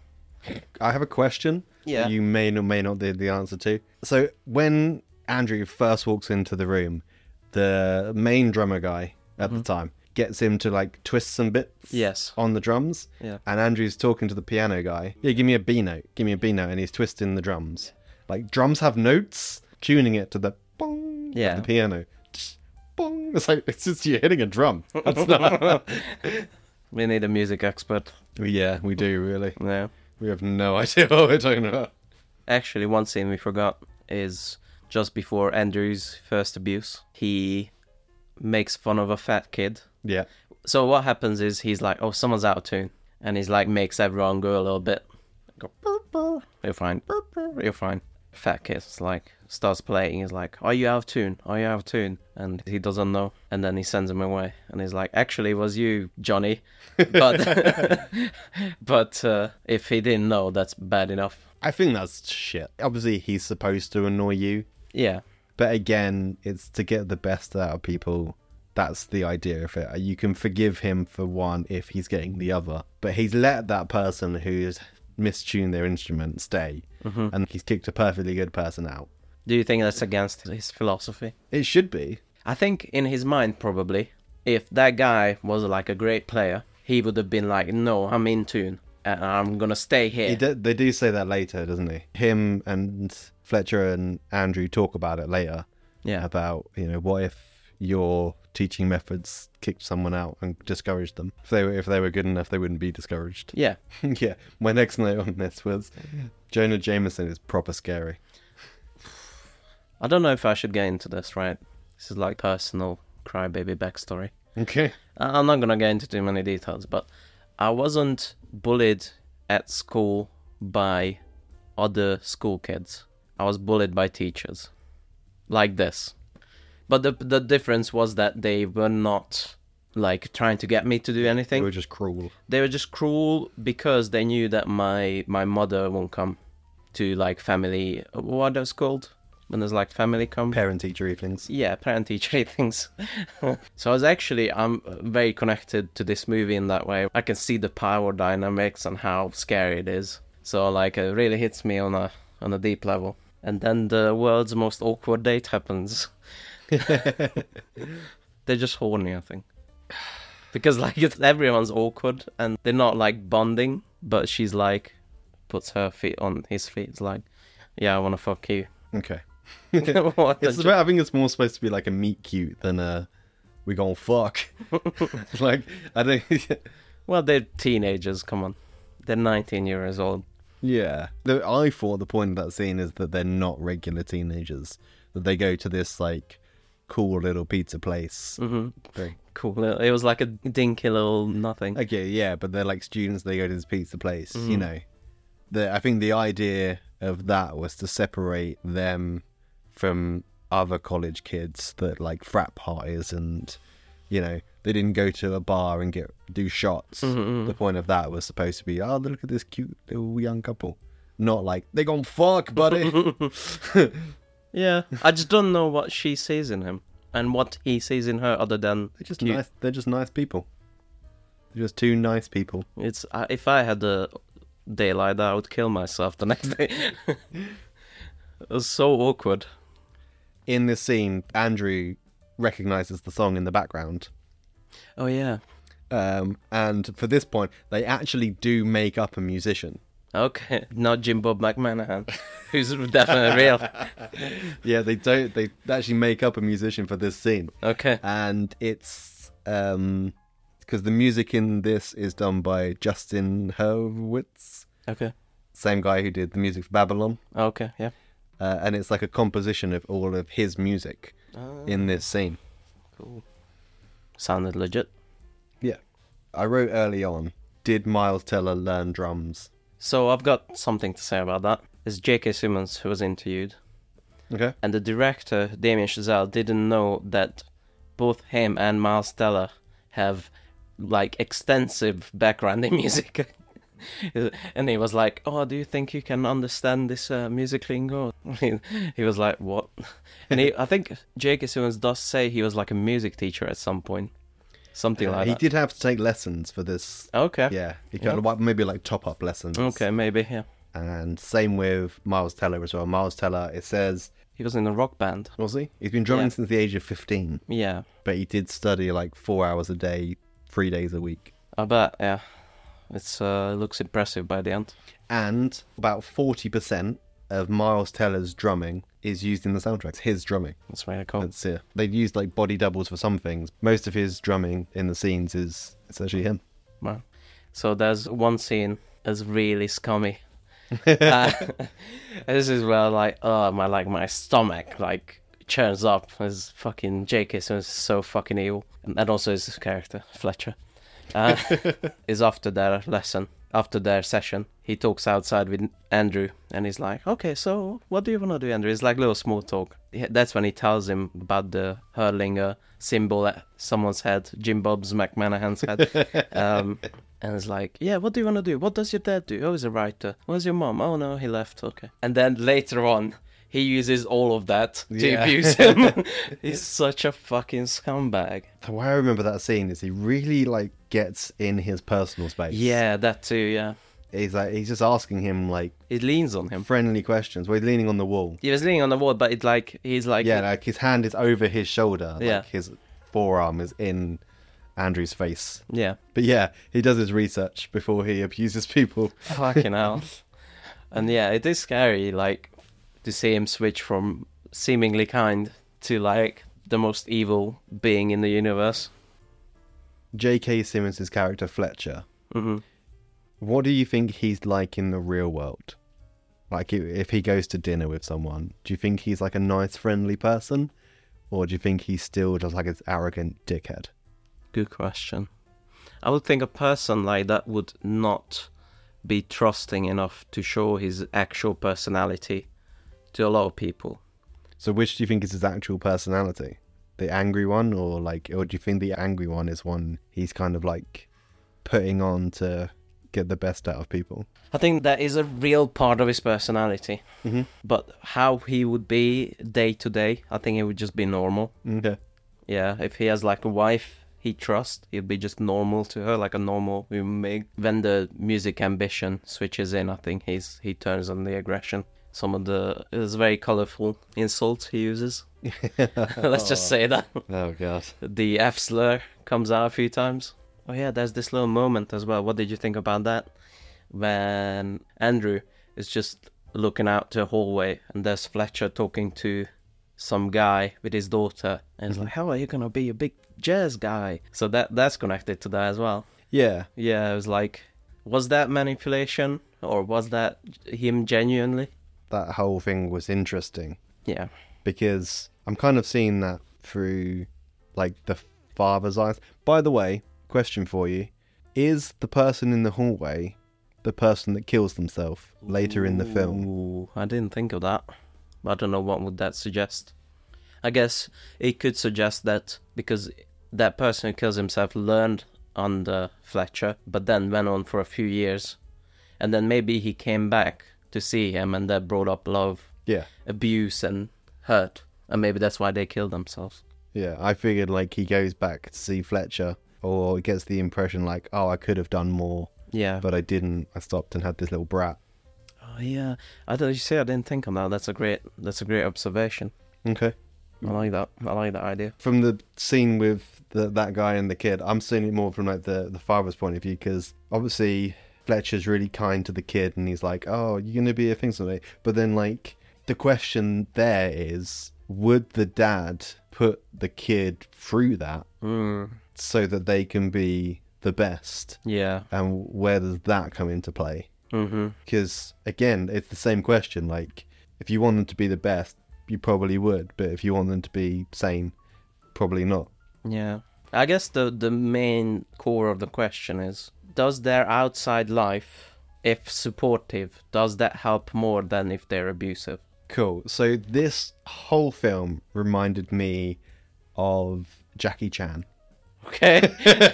[SPEAKER 2] I have a question.
[SPEAKER 1] Yeah.
[SPEAKER 2] that You may or may not know the answer to. So when Andrew first walks into the room, the main drummer guy at the time gets him to like twist some bits
[SPEAKER 1] Mhm. Yes.
[SPEAKER 2] on the drums.
[SPEAKER 1] Yeah.
[SPEAKER 2] And Andrew's talking to the piano guy. Yeah, give me a B note. Give me a B note. And he's twisting the drums. Like drums have notes, tuning it to the bong of
[SPEAKER 1] Yeah.
[SPEAKER 2] the piano. Tsh, Bong. It's like it's just you're hitting a drum. That's
[SPEAKER 1] (laughs)
[SPEAKER 2] not... (laughs)
[SPEAKER 1] We need a music expert.
[SPEAKER 2] yeah, we do really.
[SPEAKER 1] No.
[SPEAKER 2] We have no (laughs) idea what we're talking about.
[SPEAKER 1] Actually, one scene we forgot is just before Andrew's first abuse. He makes fun of a fat kid.
[SPEAKER 2] Yeah.
[SPEAKER 1] So what happens is he's like, "Oh, someone's out of tune," and he's like, makes everyone go a little bit. Go, "Brr, brr." you're fine. Brr, brr, You're fine. Fat kid's like starts playing. He's like, "Are you out of tune? Are you out of tune?" And he doesn't know. And then he sends him away. And he's like, "Actually, it was you, Johnny." But (laughs) but uh, if he didn't know, that's bad enough.
[SPEAKER 2] I think that's shit. Obviously, he's supposed to annoy you,
[SPEAKER 1] Yeah.
[SPEAKER 2] but again, it's to get the best out of people. That's the idea of it. You can forgive him for one if he's getting the other, but he's let that person who's mistuned their instrument stay, and he's kicked a perfectly good person out.
[SPEAKER 1] Do you think that's against his philosophy?
[SPEAKER 2] It should be.
[SPEAKER 1] I think in his mind, probably, if that guy was like a great player, he would have been like, "No, I'm in tune, and I'm gonna stay here."
[SPEAKER 2] He d- they do say that later, doesn't he? Him and Fletcher and Andrew talk about it later.
[SPEAKER 1] yeah,
[SPEAKER 2] about you know what if your teaching methods kicked someone out and discouraged them if they were if they were good enough they wouldn't be discouraged
[SPEAKER 1] yeah.
[SPEAKER 2] (laughs) yeah my next note on this was jonah jameson is proper scary
[SPEAKER 1] I don't know if I should get into this, right? This is like personal crybaby backstory.
[SPEAKER 2] okay
[SPEAKER 1] I- Uh, I'm not gonna get into too many details, but I wasn't bullied at school by other school kids. I was bullied by teachers, like this. But the the difference was that they were not like trying to get me to do
[SPEAKER 2] they
[SPEAKER 1] anything.
[SPEAKER 2] were just cruel
[SPEAKER 1] they were just cruel because they knew that my my mother won't come to like family what are those called when there's like family come
[SPEAKER 2] parent teacher evenings
[SPEAKER 1] yeah parent teacher things (laughs) so i was actually i'm very connected to this movie in that way i can see the power dynamics and how scary it is so like it really hits me on a on a deep level and then the world's most awkward date happens (laughs) they're just horny i think (sighs) because like (laughs) it's, everyone's awkward and they're not like bonding but she's like puts her feet on his feet it's like yeah i want to fuck you (laughs)
[SPEAKER 2] okay
[SPEAKER 1] What the
[SPEAKER 2] it's about, i think it's more supposed to be like a meet cute than a we
[SPEAKER 1] (laughs)
[SPEAKER 2] gonna fuck (laughs) like i don't (laughs)
[SPEAKER 1] Well, they're teenagers. Come on, they're 19 years old.
[SPEAKER 2] Yeah. The, I thought the point of that scene is that they're not regular teenagers. That they go to this like cool little pizza place. Mm-hmm.
[SPEAKER 1] Cool. It was like a dinky little nothing.
[SPEAKER 2] Okay, yeah, but they're like students. They go to this pizza place. You know, the, I think the idea of that was to separate them from other college kids that like frat parties and you know they didn't go to a bar and get do shots. The point of that was supposed to be, oh, look at this cute little young couple. Not like they gonna fuck, buddy.
[SPEAKER 1] Yeah. (laughs) I just don't know what she sees in him and what he sees in her, other than
[SPEAKER 2] they're just
[SPEAKER 1] cute.
[SPEAKER 2] nice. They're just nice people. They're just two nice people.
[SPEAKER 1] It's I- if I had a day like that, I would kill myself the next day. (laughs) it was so awkward.
[SPEAKER 2] In this scene, Andrew recognizes the song in the background.
[SPEAKER 1] Oh yeah.
[SPEAKER 2] Um, and for this point, they actually do make up a musician.
[SPEAKER 1] Okay. Not Jim Bob McManahan, (laughs) who's definitely real.
[SPEAKER 2] Yeah, they don't. They actually make up a musician for this scene,
[SPEAKER 1] Okay.
[SPEAKER 2] and it's um because the music in this is done by Justin Hurwitz,
[SPEAKER 1] Okay.
[SPEAKER 2] same guy who did the music for Babylon,
[SPEAKER 1] Okay. Yeah.
[SPEAKER 2] uh, and it's like a composition of all of his music in this scene.
[SPEAKER 1] Sounded legit.
[SPEAKER 2] Yeah, I wrote early on. Did Miles Teller learn drums?
[SPEAKER 1] So I've got something to say about that. It's J.K. Simmons who was interviewed.
[SPEAKER 2] Okay.
[SPEAKER 1] and the director Damien Chazelle didn't know that both him and Miles Teller have like extensive background in (laughs) music. and he was like, "Oh, do you think you can understand this uh, music lingo?" (laughs) he, he was like, "What?" And he, I think J.K. Simmons does say he was like a music teacher at some point. something like
[SPEAKER 2] Uh, he
[SPEAKER 1] that.
[SPEAKER 2] did have to take lessons for this.
[SPEAKER 1] Okay.
[SPEAKER 2] Yeah, he kind of like maybe like top up lessons.
[SPEAKER 1] Okay, maybe. Yeah.
[SPEAKER 2] And same with Miles Teller as well. Miles Teller, it says,
[SPEAKER 1] He was in a rock band.
[SPEAKER 2] was he? He's been drumming
[SPEAKER 1] Yeah.
[SPEAKER 2] since the age of 15,
[SPEAKER 1] Yeah.
[SPEAKER 2] but he did study like four hours a day, three days a week.
[SPEAKER 1] I bet. Yeah. It's uh, looks impressive by the end.
[SPEAKER 2] And about 40% of Miles Teller's drumming is used in the soundtracks, his drumming.
[SPEAKER 1] That's really cool.
[SPEAKER 2] That's it. They've used like body doubles for some things. Most of his drumming in the scenes is essentially him.
[SPEAKER 1] Wow. So there's one scene that's really scummy. Uh, (laughs) this is where like oh my like my stomach like churns up as fucking Jake is so fucking evil and, and also his character Fletcher uh, is after their lesson after their session he talks outside with Andrew and he's like okay so what do you want to do Andrew it's like little small talk Yeah, that's when he tells him about the hurlinger symbol at someone's head Jim Bob's McManahan's head um, and it's like, yeah, what do you want to do? What does your dad do? Oh, he's a writer. Where's your mom? Oh, no, he left. Okay. And then later on, he uses all of that to
[SPEAKER 2] Yeah.
[SPEAKER 1] abuse
[SPEAKER 2] (laughs)
[SPEAKER 1] him. he's such a fucking scumbag.
[SPEAKER 2] The way I remember that scene is he really like gets in his personal space.
[SPEAKER 1] Yeah, that too, yeah.
[SPEAKER 2] He's like he's just asking him like
[SPEAKER 1] It leans on him.
[SPEAKER 2] friendly questions. Well he's leaning on the wall.
[SPEAKER 1] He was leaning on the wall, but it like, he's like,
[SPEAKER 2] Yeah, like his hand is over his shoulder. Like
[SPEAKER 1] Yeah.
[SPEAKER 2] his forearm is in Andrew's face.
[SPEAKER 1] yeah.
[SPEAKER 2] But yeah, he does his research before he abuses people.
[SPEAKER 1] Fucking hell. And yeah, it is scary, like, to see him switch from seemingly kind to like the most evil being in the universe.
[SPEAKER 2] J.K. Simmons' character Fletcher. Mm-hmm. What do you think he's like in the real world? Like i- if he goes to dinner with someone, do you think he's like a nice, friendly person, or do you think he's still just like an arrogant dickhead?
[SPEAKER 1] Good question. I would think a person like that would not be trusting enough to show his actual personality to a lot of people.
[SPEAKER 2] So which do you think is his actual personality? The angry one, or like, or do you think the angry one is one he's kind of like putting on to get the best out of people?
[SPEAKER 1] I think that is a real part of his personality. Mm-hmm. But how he would be day to day, I think he would just be normal.
[SPEAKER 2] Okay.
[SPEAKER 1] Yeah, if he has like a wife he trusts, he'd be just normal to her, like a normal human being. When the music ambition switches in, I think he's he turns on the aggression. Some of the it's very colorful insults he uses. (laughs) Let's just say that
[SPEAKER 2] Oh god.
[SPEAKER 1] the F slur comes out a few times. Oh yeah, there's this little moment as well. What did you think about that? When Andrew is just looking out to a hallway and there's Fletcher talking to some guy with his daughter and he's like, How are you gonna be a big jazz guy? So that that's connected to that as well.
[SPEAKER 2] Yeah.
[SPEAKER 1] Yeah, it was like was that manipulation or was that him genuinely?
[SPEAKER 2] That whole thing was interesting.
[SPEAKER 1] Yeah.
[SPEAKER 2] because I'm kind of seeing that through like the father's eyes. By the way, question for you is the person in the hallway the person that kills themselves later in the film?
[SPEAKER 1] Ooh, I didn't think of that. I don't know what would that suggest. I guess it could suggest that because that person who kills himself learned under Fletcher, but then went on for a few years, and then maybe he came back to see him, and that brought up love,
[SPEAKER 2] Yeah,
[SPEAKER 1] abuse, and hurt, and maybe that's why they killed themselves.
[SPEAKER 2] yeah. I figured like he goes back to see Fletcher or gets the impression like, oh, I could have done more,
[SPEAKER 1] Yeah.
[SPEAKER 2] but I didn't. I stopped and had this little brat.
[SPEAKER 1] oh, yeah. I don't. You see, I didn't think of that. That's a great. That's a great observation.
[SPEAKER 2] Okay.
[SPEAKER 1] I like that. I like that idea.
[SPEAKER 2] from the scene with the, that guy and the kid, I'm seeing it more from like the, the father's point of view because obviously Fletcher's really kind to the kid and he's like, "Oh, you're gonna be a thing someday." But then like the question there is, would the dad put the kid through that so that they can be the best?
[SPEAKER 1] Yeah.
[SPEAKER 2] And where does that come into play? Mm-hmm. Because again, it's the same question. Like, if you want them to be the best, you probably would, but if you want them to be sane, probably not.
[SPEAKER 1] Yeah. I guess the the main core of the question is does their outside life if supportive does that help more than if they're abusive? (laughs)
[SPEAKER 2] Cool. So this whole film reminded me of Jackie Chan. (laughs)
[SPEAKER 1] Okay.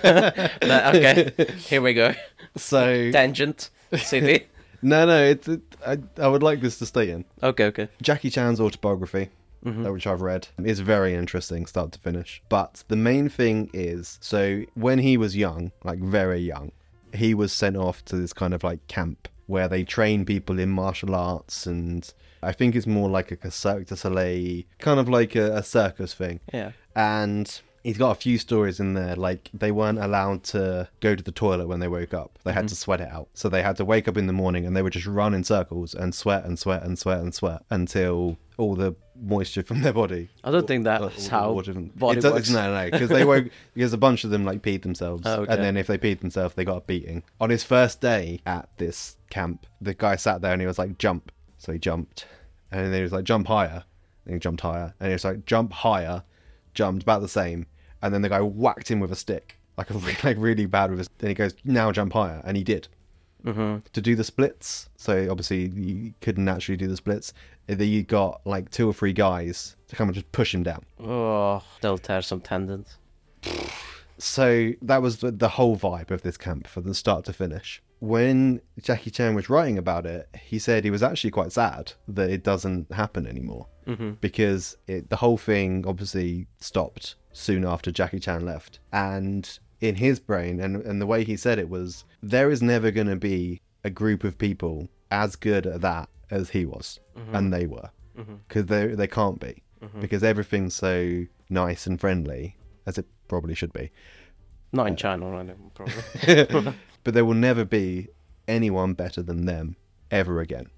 [SPEAKER 1] That- okay. Here we go.
[SPEAKER 2] So
[SPEAKER 1] Tangent city.
[SPEAKER 2] no, no, it's it, I, I would like this to stay in
[SPEAKER 1] Okay, okay.
[SPEAKER 2] Jackie Chan's autobiography. uh, which I've read, is very interesting start to finish. But the main thing is so when he was young, like very young, he was sent off to this kind of like camp where they train people in martial arts and I think it's more like a Cirque du Soleil, kind of like a, a circus thing
[SPEAKER 1] Yeah.
[SPEAKER 2] and he's got a few stories in there like they weren't allowed to go to the toilet when they woke up they
[SPEAKER 1] Mm-hmm.
[SPEAKER 2] had to sweat it out so they had to wake up in the morning and they would just run in circles and sweat and sweat and sweat and sweat until all the moisture from their body
[SPEAKER 1] I don't think
[SPEAKER 2] all
[SPEAKER 1] that's
[SPEAKER 2] the
[SPEAKER 1] how
[SPEAKER 2] water from-
[SPEAKER 1] body
[SPEAKER 2] oh, it does-
[SPEAKER 1] works.
[SPEAKER 2] no no because they (laughs) woke because a bunch of them like peed themselves
[SPEAKER 1] Oh, okay.
[SPEAKER 2] and then if they peed themselves they got a beating on his first day at this camp the guy sat there and he was like jump so he jumped and then he was like jump higher and he jumped higher and he was like jump higher jumped about the same, and then the guy whacked him with a stick, like a (laughs) re- like really bad with a. Then he goes, "Now jump higher," and he did. Mm-hmm. To do the splits, so obviously you couldn't actually do the splits. Either you got like two or three guys to come and just push him down.
[SPEAKER 1] Oh, they'll tear some tendons.
[SPEAKER 2] So that was the, the whole vibe of this camp from the start to finish. When Jackie Chan was writing about it, he said he was actually quite sad that it doesn't happen anymore because it, the whole thing obviously stopped soon after Jackie Chan left. And in his brain, and, and the way he said it was, there is never going to be a group of people as good at that as he was and they were because they they can't be because everything's so nice and friendly as it probably should be
[SPEAKER 1] Not in China, right? Probably.
[SPEAKER 2] but there will never be anyone better than them ever again.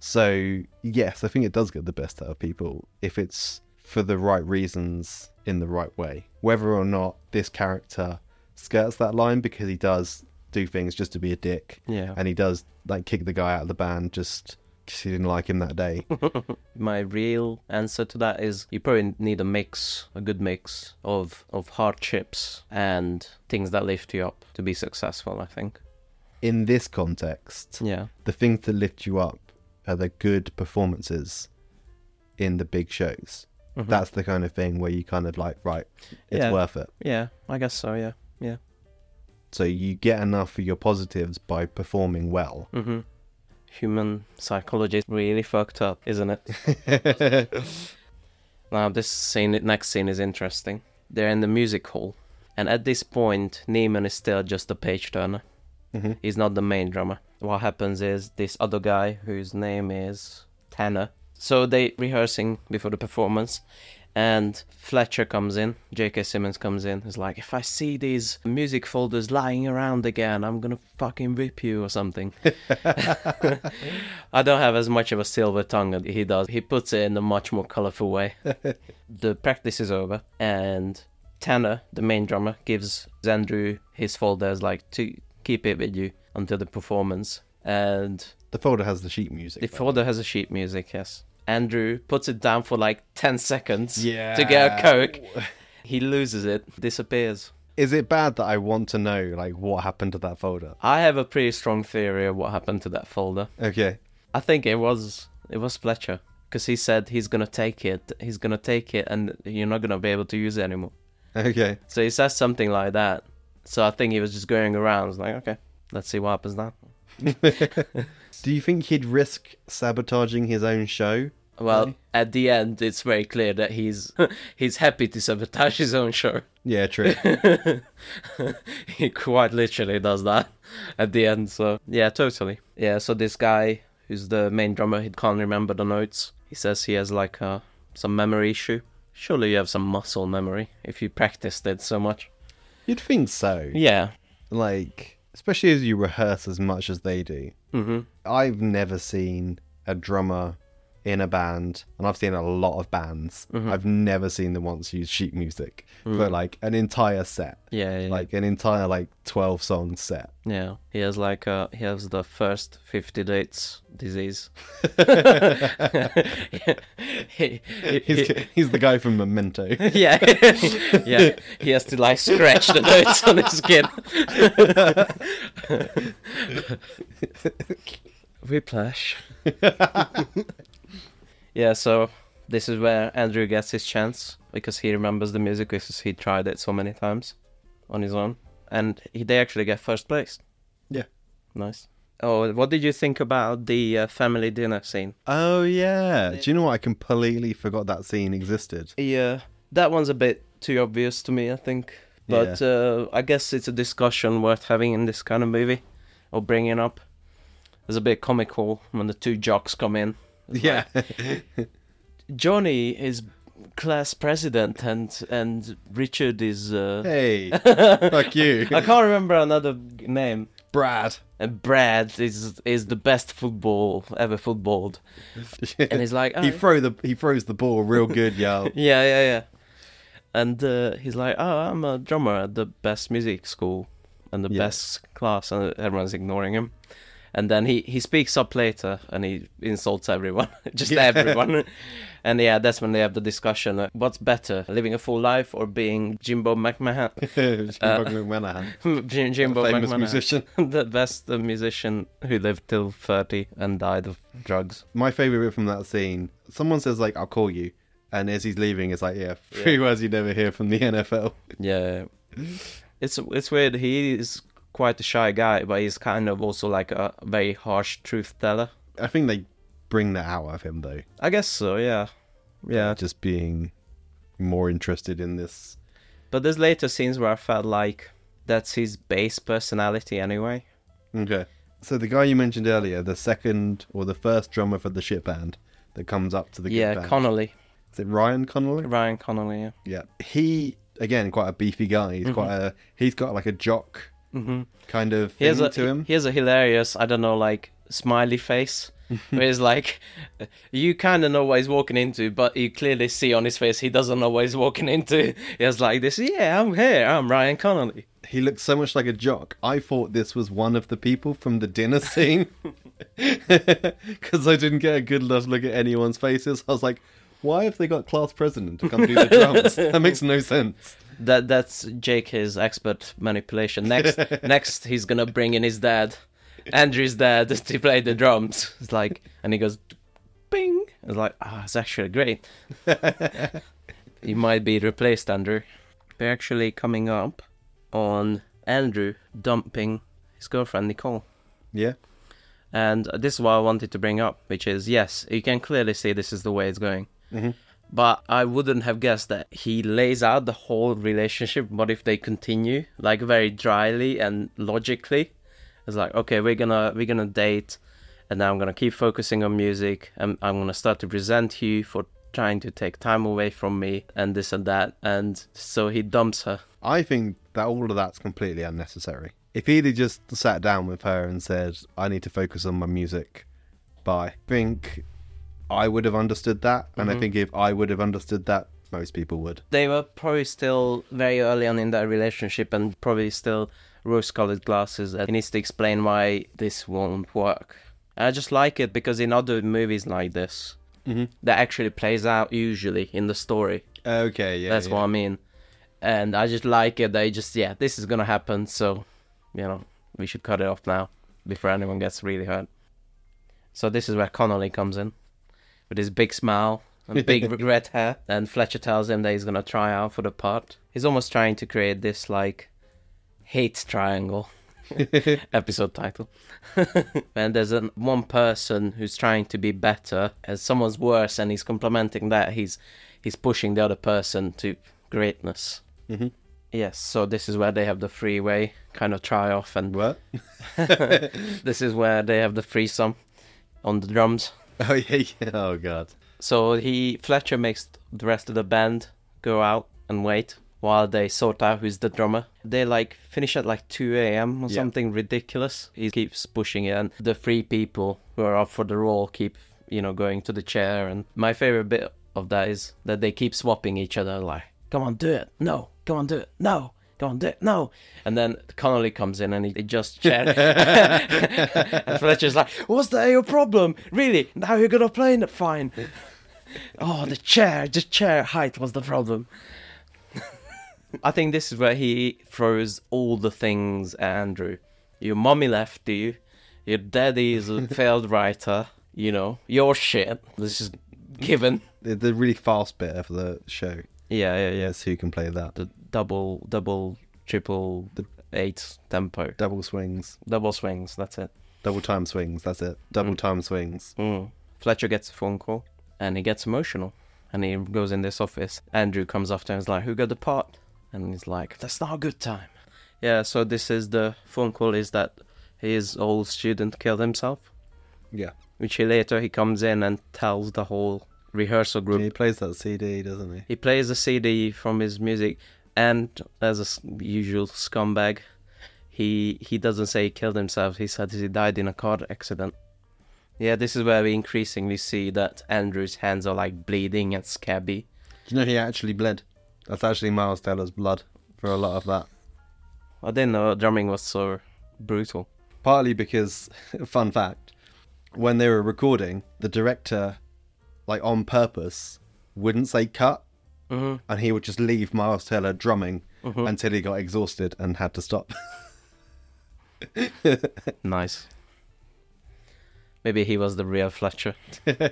[SPEAKER 2] So yes, I think it does get the best out of people if it's for the right reasons in the right way. Whether or not this character skirts that line because he does do things just to be a dick,
[SPEAKER 1] Yeah.
[SPEAKER 2] and he does like kick the guy out of the band just because he didn't like him that day.
[SPEAKER 1] My real answer to that is you probably need a mix, a good mix of of hardships and things that lift you up to be successful. I think.
[SPEAKER 2] in this context,
[SPEAKER 1] Yeah.
[SPEAKER 2] the things that lift you up are the good performances in the big shows. That's the kind of thing where you kind of like, right, it's
[SPEAKER 1] Mm-hmm. Yeah.
[SPEAKER 2] worth it.
[SPEAKER 1] Yeah. I guess so. Yeah. Yeah.
[SPEAKER 2] So you get enough for your positives by performing well.
[SPEAKER 1] Mm. Human psychology is really fucked up, isn't it? Now this scene, next scene is interesting. They're in the music hall, and at this point, Neiman is still just a page turner. He's not the main drummer. What happens is this other guy, whose name is Tanner. So they rehearsing before the performance, and Fletcher comes in. J.K. Simmons comes in. He's like, "If I see these music folders lying around again, I'm gonna fucking rip you or something." I don't have as much of a silver tongue as he does. He puts it in a much more colorful way the practice is over and Tanner, the main drummer, gives Andrew his folders like to keep it with you until the performance. And
[SPEAKER 2] the folder has the sheet music.
[SPEAKER 1] the
[SPEAKER 2] right?
[SPEAKER 1] folder has a sheet music, yes. Andrew puts it down for like 10 seconds to get
[SPEAKER 2] Yeah.
[SPEAKER 1] a Coke. He loses it, disappears.
[SPEAKER 2] Is it bad that I want to know like what happened to that folder?
[SPEAKER 1] I have a pretty strong theory of what happened to that folder.
[SPEAKER 2] Okay.
[SPEAKER 1] I think it was it was Fletcher because he said he's gonna take it, he's gonna take it, and you're not gonna be able to use it anymore.
[SPEAKER 2] Okay.
[SPEAKER 1] So he says something like that. So I think he was just going around. I was like, okay, let's see what happens now.
[SPEAKER 2] Do you think he'd risk sabotaging his own show?
[SPEAKER 1] Well, at the end, it's very clear that he's (laughs) he's happy to sabotage his own show. (laughs)
[SPEAKER 2] Yeah, true.
[SPEAKER 1] he quite literally does that (laughs) at the end. So yeah, totally. Yeah. So this guy who's the main drummer, he can't remember the notes. He says he has like uh, some memory issue. Surely you have some muscle memory if you practiced it so much.
[SPEAKER 2] You'd think so.
[SPEAKER 1] Yeah.
[SPEAKER 2] like especially as you rehearse as much as they do mm-hmm. i've never seen a drummer in a band and i've seen a lot of bands
[SPEAKER 1] Mm-hmm.
[SPEAKER 2] i've never seen them once use sheet music for like an entire set
[SPEAKER 1] Mm. Yeah. yeah.
[SPEAKER 2] like an entire like 12
[SPEAKER 1] (laughs)
[SPEAKER 2] song set
[SPEAKER 1] Yeah, he has like uh he has the first fifty dates
[SPEAKER 2] (laughs)
[SPEAKER 1] disease. (laughs) He- he-
[SPEAKER 2] he's,
[SPEAKER 1] he-
[SPEAKER 2] he's the guy
[SPEAKER 1] (laughs)
[SPEAKER 2] from memento
[SPEAKER 1] yeah, yeah, he has to like scratch the notes on his skin. Whiplash. (laughs) yeah, so this is where Andrew gets his chance because he remembers the music because he tried it so many times on his own, and he, they actually get first place.
[SPEAKER 2] yeah
[SPEAKER 1] Nice. Oh, what did you think about the uh, family dinner scene?
[SPEAKER 2] Oh yeah. Do you know what? I completely forgot that
[SPEAKER 1] (laughs)
[SPEAKER 2] scene existed.
[SPEAKER 1] Yeah, that one's a bit too obvious to me, I think. But uh, I guess it's a discussion worth having in this kind of movie, or bringing up. It's a bit comical when the two jocks come in.
[SPEAKER 2] Yeah.
[SPEAKER 1] Johnny is class president, and and Richard is. Uh, (laughs)
[SPEAKER 2] hey. fuck you,
[SPEAKER 1] I can't remember another g- name.
[SPEAKER 2] Brad.
[SPEAKER 1] And Brad is is the best football ever
[SPEAKER 2] (laughs)
[SPEAKER 1] footballed, and he's like,
[SPEAKER 2] he
[SPEAKER 1] "Oh,
[SPEAKER 2] throw the he throws the ball real
[SPEAKER 1] (laughs)
[SPEAKER 2] good, yo.
[SPEAKER 1] Yeah, yeah, yeah. And uh, he's like, "Oh, I'm a drummer at the best music school and the
[SPEAKER 2] Yeah.
[SPEAKER 1] best class," and everyone's ignoring him. And then he he speaks up later and he insults everyone, (laughs) just
[SPEAKER 2] Yeah. (laughs)
[SPEAKER 1] everyone. And yeah, that's when they have the discussion: uh, what's better, living a full life or being Jimbo McMahon? (laughs)
[SPEAKER 2] (laughs)
[SPEAKER 1] Uh,
[SPEAKER 2] Fucking McManahan.
[SPEAKER 1] Jim, Jimbo
[SPEAKER 2] famous
[SPEAKER 1] McMahon,
[SPEAKER 2] musician.
[SPEAKER 1] (laughs) the best uh, musician who lived till thirty and died of drugs.
[SPEAKER 2] My favorite bit from that scene. Someone says like, "I'll call you," and as he's leaving, it's like, "Yeah, three words you never hear from the (laughs) NFL."
[SPEAKER 1] Yeah, it's it's weird. He is quite a shy guy, but he's kind of also like a very harsh truth teller.
[SPEAKER 2] I think they bring that out of him though.
[SPEAKER 1] I guess so. Yeah, yeah.
[SPEAKER 2] Just being more interested in this.
[SPEAKER 1] But there's later scenes where I felt like that's his base personality anyway.
[SPEAKER 2] Okay. So the guy you mentioned earlier, the second or the first drummer for the shit band that comes up to the good
[SPEAKER 1] yeah,
[SPEAKER 2] band.
[SPEAKER 1] Connolly,
[SPEAKER 2] Is it Ryan Connolly?
[SPEAKER 1] Ryan Connolly. Yeah.
[SPEAKER 2] Yeah. He again quite a beefy guy.
[SPEAKER 1] Mm-hmm.
[SPEAKER 2] He's quite a he's got like a jock kind of
[SPEAKER 1] He
[SPEAKER 2] thing
[SPEAKER 1] has a
[SPEAKER 2] to him.
[SPEAKER 1] he has a hilarious, I don't know, like smiley
[SPEAKER 2] (laughs)
[SPEAKER 1] face. where it's like you kind of know what he's walking into, but you clearly see on his face he doesn't know what he's walking into. (laughs) He has like this. Yeah, I'm here. I'm Ryan Connolly.
[SPEAKER 2] He looks so much like a jock. I thought this was one of the people from the (laughs) dinner scene because I didn't get a good enough look at anyone's faces. I was like, why have they got class president to come do the drums? that makes no sense.
[SPEAKER 1] That that's Jake his expert manipulation. Next next he's gonna bring in his dad, Andrew's dad, (laughs) to play the drums. It's like and he goes bing. It's like ah, it's actually great. you might be replaced, Andrew. They're actually coming up on Andrew dumping his girlfriend Nicole.
[SPEAKER 2] Yeah.
[SPEAKER 1] And this is what I wanted to bring up, which is yes, you can clearly see this is the way it's going. But I wouldn't have guessed that he lays out the whole relationship. What if they continue like very dryly and logically? It's like okay, we're gonna we're gonna date, and now I'm gonna keep focusing on music, and I'm gonna start to resent you for trying to take time away from me and this and that. And so he dumps her.
[SPEAKER 2] I think that all of that's completely unnecessary. If he'd have just sat down with her and said, I need to focus on my music, bye. I think I would have understood that. And I think if I would have understood that, most people would.
[SPEAKER 1] they were probably still very early on in their relationship and probably still rose colored glasses. And he needs to explain why this won't work. And I just like it because in other movies like this, that actually plays out usually in the story.
[SPEAKER 2] Okay, yeah.
[SPEAKER 1] That's what I mean. And I just like it. They just, yeah, this is going to happen. So, you know, we should cut it off now before anyone gets really hurt. So, this is where Connolly comes in with his big smile and
[SPEAKER 2] (laughs)
[SPEAKER 1] big red hair. And Fletcher tells him that he's going to try out for the part. He's almost trying to create this, like, hate triangle episode title. (laughs) and there's an, one person who's trying to be better, and someone's worse, and he's complimenting that. He's he's pushing the other person to greatness. Mm-hmm. Yes, so this is where they have the freeway kind of try off, and
[SPEAKER 2] What? (laughs)
[SPEAKER 1] this is where they have the threesome on the drums.
[SPEAKER 2] Oh, yeah, yeah. Oh, God.
[SPEAKER 1] So he Fletcher makes the rest of the band go out and wait while they sort out who's the drummer. They like finish at like 2 a.m. or
[SPEAKER 2] Yeah.
[SPEAKER 1] something ridiculous. He keeps pushing it, and the three people who are up for the role keep you know going to the chair. And my favorite bit of that is that they keep swapping each other like, "Come on, do it! No, come on, do it! No." Come on, do it! No, and then Connolly comes in and he just chair, (laughs) and Fletcher's like, "What's the your problem? Really? Now you're gonna play in it? Fine." Oh, the chair, the chair height was the problem. (laughs) I think this is where he throws all the things at Andrew. Your mommy left you. Your daddy is (laughs) a failed writer. You know, your shit. This is given.
[SPEAKER 2] The, the really fast bit of the show.
[SPEAKER 1] Yeah, yeah, yeah.
[SPEAKER 2] Yes, who can play that?
[SPEAKER 1] The double, double, triple, the eight tempo.
[SPEAKER 2] double swings.
[SPEAKER 1] Double swings, that's it.
[SPEAKER 2] Double time swings. That's it. Double time swings.
[SPEAKER 1] Mm. Fletcher gets a phone call and he gets emotional and he goes in this office. Andrew comes after and is like, Who got the part? And he's like, That's not a good time. Yeah, so this is the phone call is that his old student killed himself,
[SPEAKER 2] Yeah.
[SPEAKER 1] which he later he comes in and tells the whole rehearsal group.
[SPEAKER 2] He plays that CD, doesn't he?
[SPEAKER 1] He plays a CD from his music, and as a s- usual scumbag, he he doesn't say he killed himself. He said he died in a car accident. Yeah, this is where we increasingly see that Andrew's hands are like bleeding and scabby.
[SPEAKER 2] Do you know he actually bled? That's actually Miles Taylor's blood for a lot of that.
[SPEAKER 1] I didn't know drumming was so brutal.
[SPEAKER 2] partly because (laughs) fun fact when they were recording the director like on purpose wouldn't say cut and he would just leave miles taylor drumming until he got exhausted and had to stop (laughs)
[SPEAKER 1] Nice. Maybe he was the real Fletcher.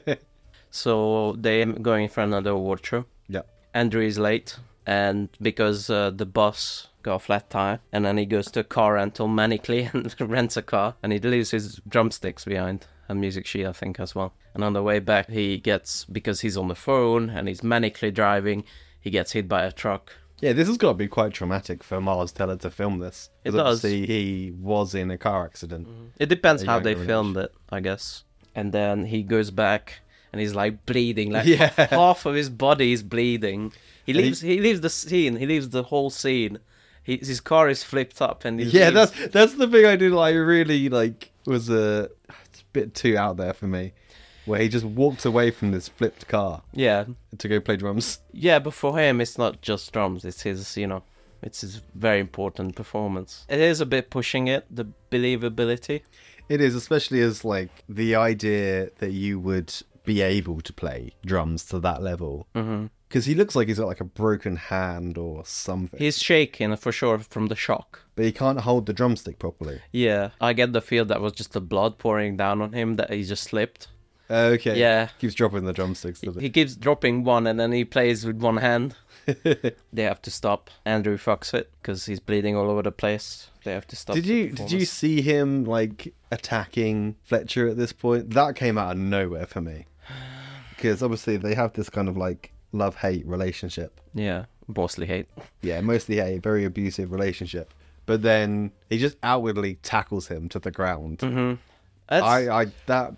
[SPEAKER 1] (laughs) so they're going for another award show.
[SPEAKER 2] yeah
[SPEAKER 1] Andrew is late, and because uh, the boss got a flat tire, and then he goes to a car rental manically (laughs) and rents a car, and he leaves his drumsticks behind, a music sheet, I think, as well. And on the way back, he gets because he's on the phone and he's manically driving, he gets hit by a truck.
[SPEAKER 2] yeah this has got to be quite traumatic for miles taylor to film this 'cause
[SPEAKER 1] It does. Mm-hmm.
[SPEAKER 2] obviously he was in a car accident
[SPEAKER 1] It depends
[SPEAKER 2] They
[SPEAKER 1] how
[SPEAKER 2] don't
[SPEAKER 1] they
[SPEAKER 2] go in
[SPEAKER 1] filmed it, I guess. And then he goes back and he's like bleeding, like
[SPEAKER 2] Yeah. (laughs)
[SPEAKER 1] half of his body is bleeding. He
[SPEAKER 2] he-
[SPEAKER 1] leaves. He, leaves the scene. He leaves the whole scene. He, his car is flipped up, and he
[SPEAKER 2] yeah
[SPEAKER 1] leaves.
[SPEAKER 2] that's that's the thing i did like really like was a, it's a bit too out there for me where he just walked away from this flipped car
[SPEAKER 1] yeah,
[SPEAKER 2] to go play drums
[SPEAKER 1] yeah. But for him, it's not just drums. It's his, you know, it's his very important performance. It is a bit pushing it, the believability.
[SPEAKER 2] It is, especially as like the idea that you would be able to play drums to that level.
[SPEAKER 1] Mm-hmm.
[SPEAKER 2] Because he looks like he's got like a broken hand or something,
[SPEAKER 1] He's shaking for sure from the shock.
[SPEAKER 2] but he can't hold the drumstick properly.
[SPEAKER 1] Yeah, I get the feel that was just the blood pouring down on him that he just slipped.
[SPEAKER 2] Okay.
[SPEAKER 1] Yeah.
[SPEAKER 2] Keeps dropping the drumsticks. doesn't
[SPEAKER 1] He keeps dropping one and then he plays with one hand. (laughs) they have to stop. Andrew fucks it because he's bleeding all over the place. They have to stop.
[SPEAKER 2] Did
[SPEAKER 1] the
[SPEAKER 2] you did you
[SPEAKER 1] performance.
[SPEAKER 2] see him like attacking Fletcher at this point? That came out of nowhere for me. (sighs) Because obviously they have this kind of like love hate relationship.
[SPEAKER 1] Yeah, mostly hate.
[SPEAKER 2] Yeah, mostly a very abusive relationship. But then he just outwardly tackles him to the ground.
[SPEAKER 1] It's,
[SPEAKER 2] I, I that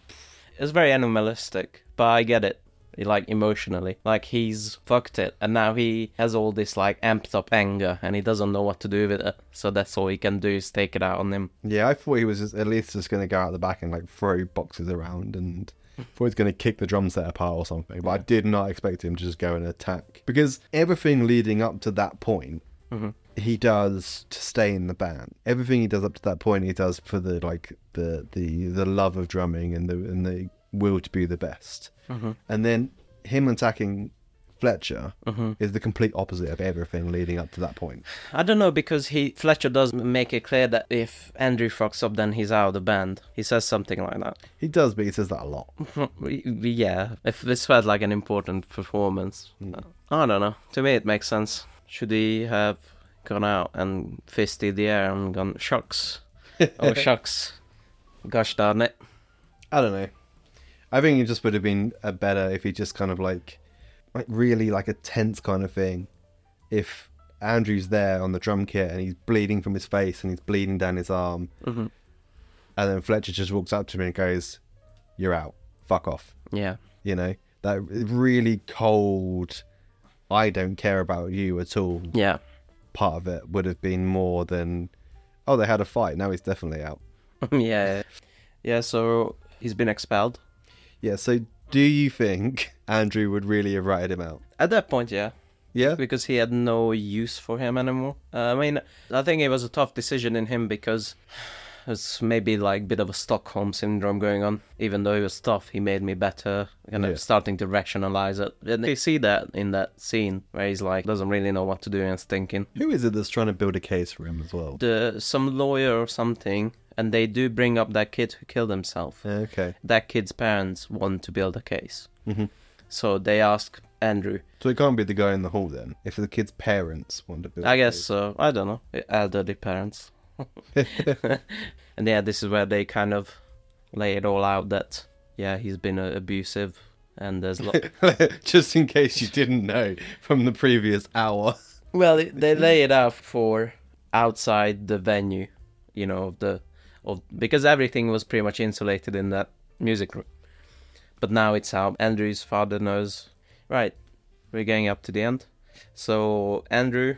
[SPEAKER 1] it's very animalistic, but I get it. Like emotionally, like he's fucked it, and now he has all this like amped up anger, and he doesn't know what to do with it. So that's all he can do is take it out on him.
[SPEAKER 2] yeah, I thought he was just, at least just going to go out the back and like throw boxes around and thought he was going to kick the drum set apart or something. But I did not expect him to just go and attack because everything leading up to that point. He does to stay in the band. Everything he does up to that point, he does for the like the the the love of drumming and the and the will to be the best. And then him attacking Fletcher is the complete opposite of everything leading up to that point.
[SPEAKER 1] I don't know because he Fletcher does make it clear that if Andrew fucks up, then he's out of the band. He says something like that.
[SPEAKER 2] He does, but he says that a lot.
[SPEAKER 1] Y- Yeah, if this felt like an important performance, I don't know. To me, it makes sense. Should he have gone out and fisted the air and gone shucks? Oh shucks! Gosh darn it!
[SPEAKER 2] I don't know. I think it just would have been a better if he just kind of like, like really like a tense kind of thing. If Andrew's there on the drum kit and he's bleeding from his face and he's bleeding down his arm, and then Fletcher just walks up to him and goes, "You're out. Fuck off."
[SPEAKER 1] Yeah,
[SPEAKER 2] You know that really cold. I don't care about you at all.
[SPEAKER 1] yeah, (laughs)
[SPEAKER 2] Part of it would have been more than, oh, they had a fight. Now he's definitely out.
[SPEAKER 1] yeah, yeah. So he's been expelled
[SPEAKER 2] Yeah. So, do you think Andrew would really have ratted him out?
[SPEAKER 1] at that point. Yeah,
[SPEAKER 2] Yeah.
[SPEAKER 1] because he had no use for him anymore. Uh, I mean, I think it was a tough decision in him because it's maybe like a bit of a Stockholm syndrome going on. Even though he was tough, he made me better, and I'm
[SPEAKER 2] Yeah.
[SPEAKER 1] starting to rationalize it. And you see that in that scene where he's like doesn't really know what to do and is thinking.
[SPEAKER 2] Who is it that's trying to build a case for him as well?
[SPEAKER 1] The some lawyer or something, and they do bring up that kid who killed himself
[SPEAKER 2] Okay.
[SPEAKER 1] that kid's parents want to build a case. Mm-hmm. So they ask Andrew.
[SPEAKER 2] So it can't be the guy in the hall then, if the kid's parents want to build
[SPEAKER 1] I Eh,
[SPEAKER 2] a
[SPEAKER 1] guess
[SPEAKER 2] case.
[SPEAKER 1] so. I don't know. Elderly parents. (laughs) And yeah, this is where they kind of lay it all out that yeah, he's been uh, abusive, and there's lot.
[SPEAKER 2] Just in case (laughs) you didn't know from the previous hour.
[SPEAKER 1] Well, it- they lay it out for outside the venue, you know, of the of because everything was pretty much insulated in that music room. But now it's out. Andrew's father knows. Right, we're getting up to the end. So Andrew,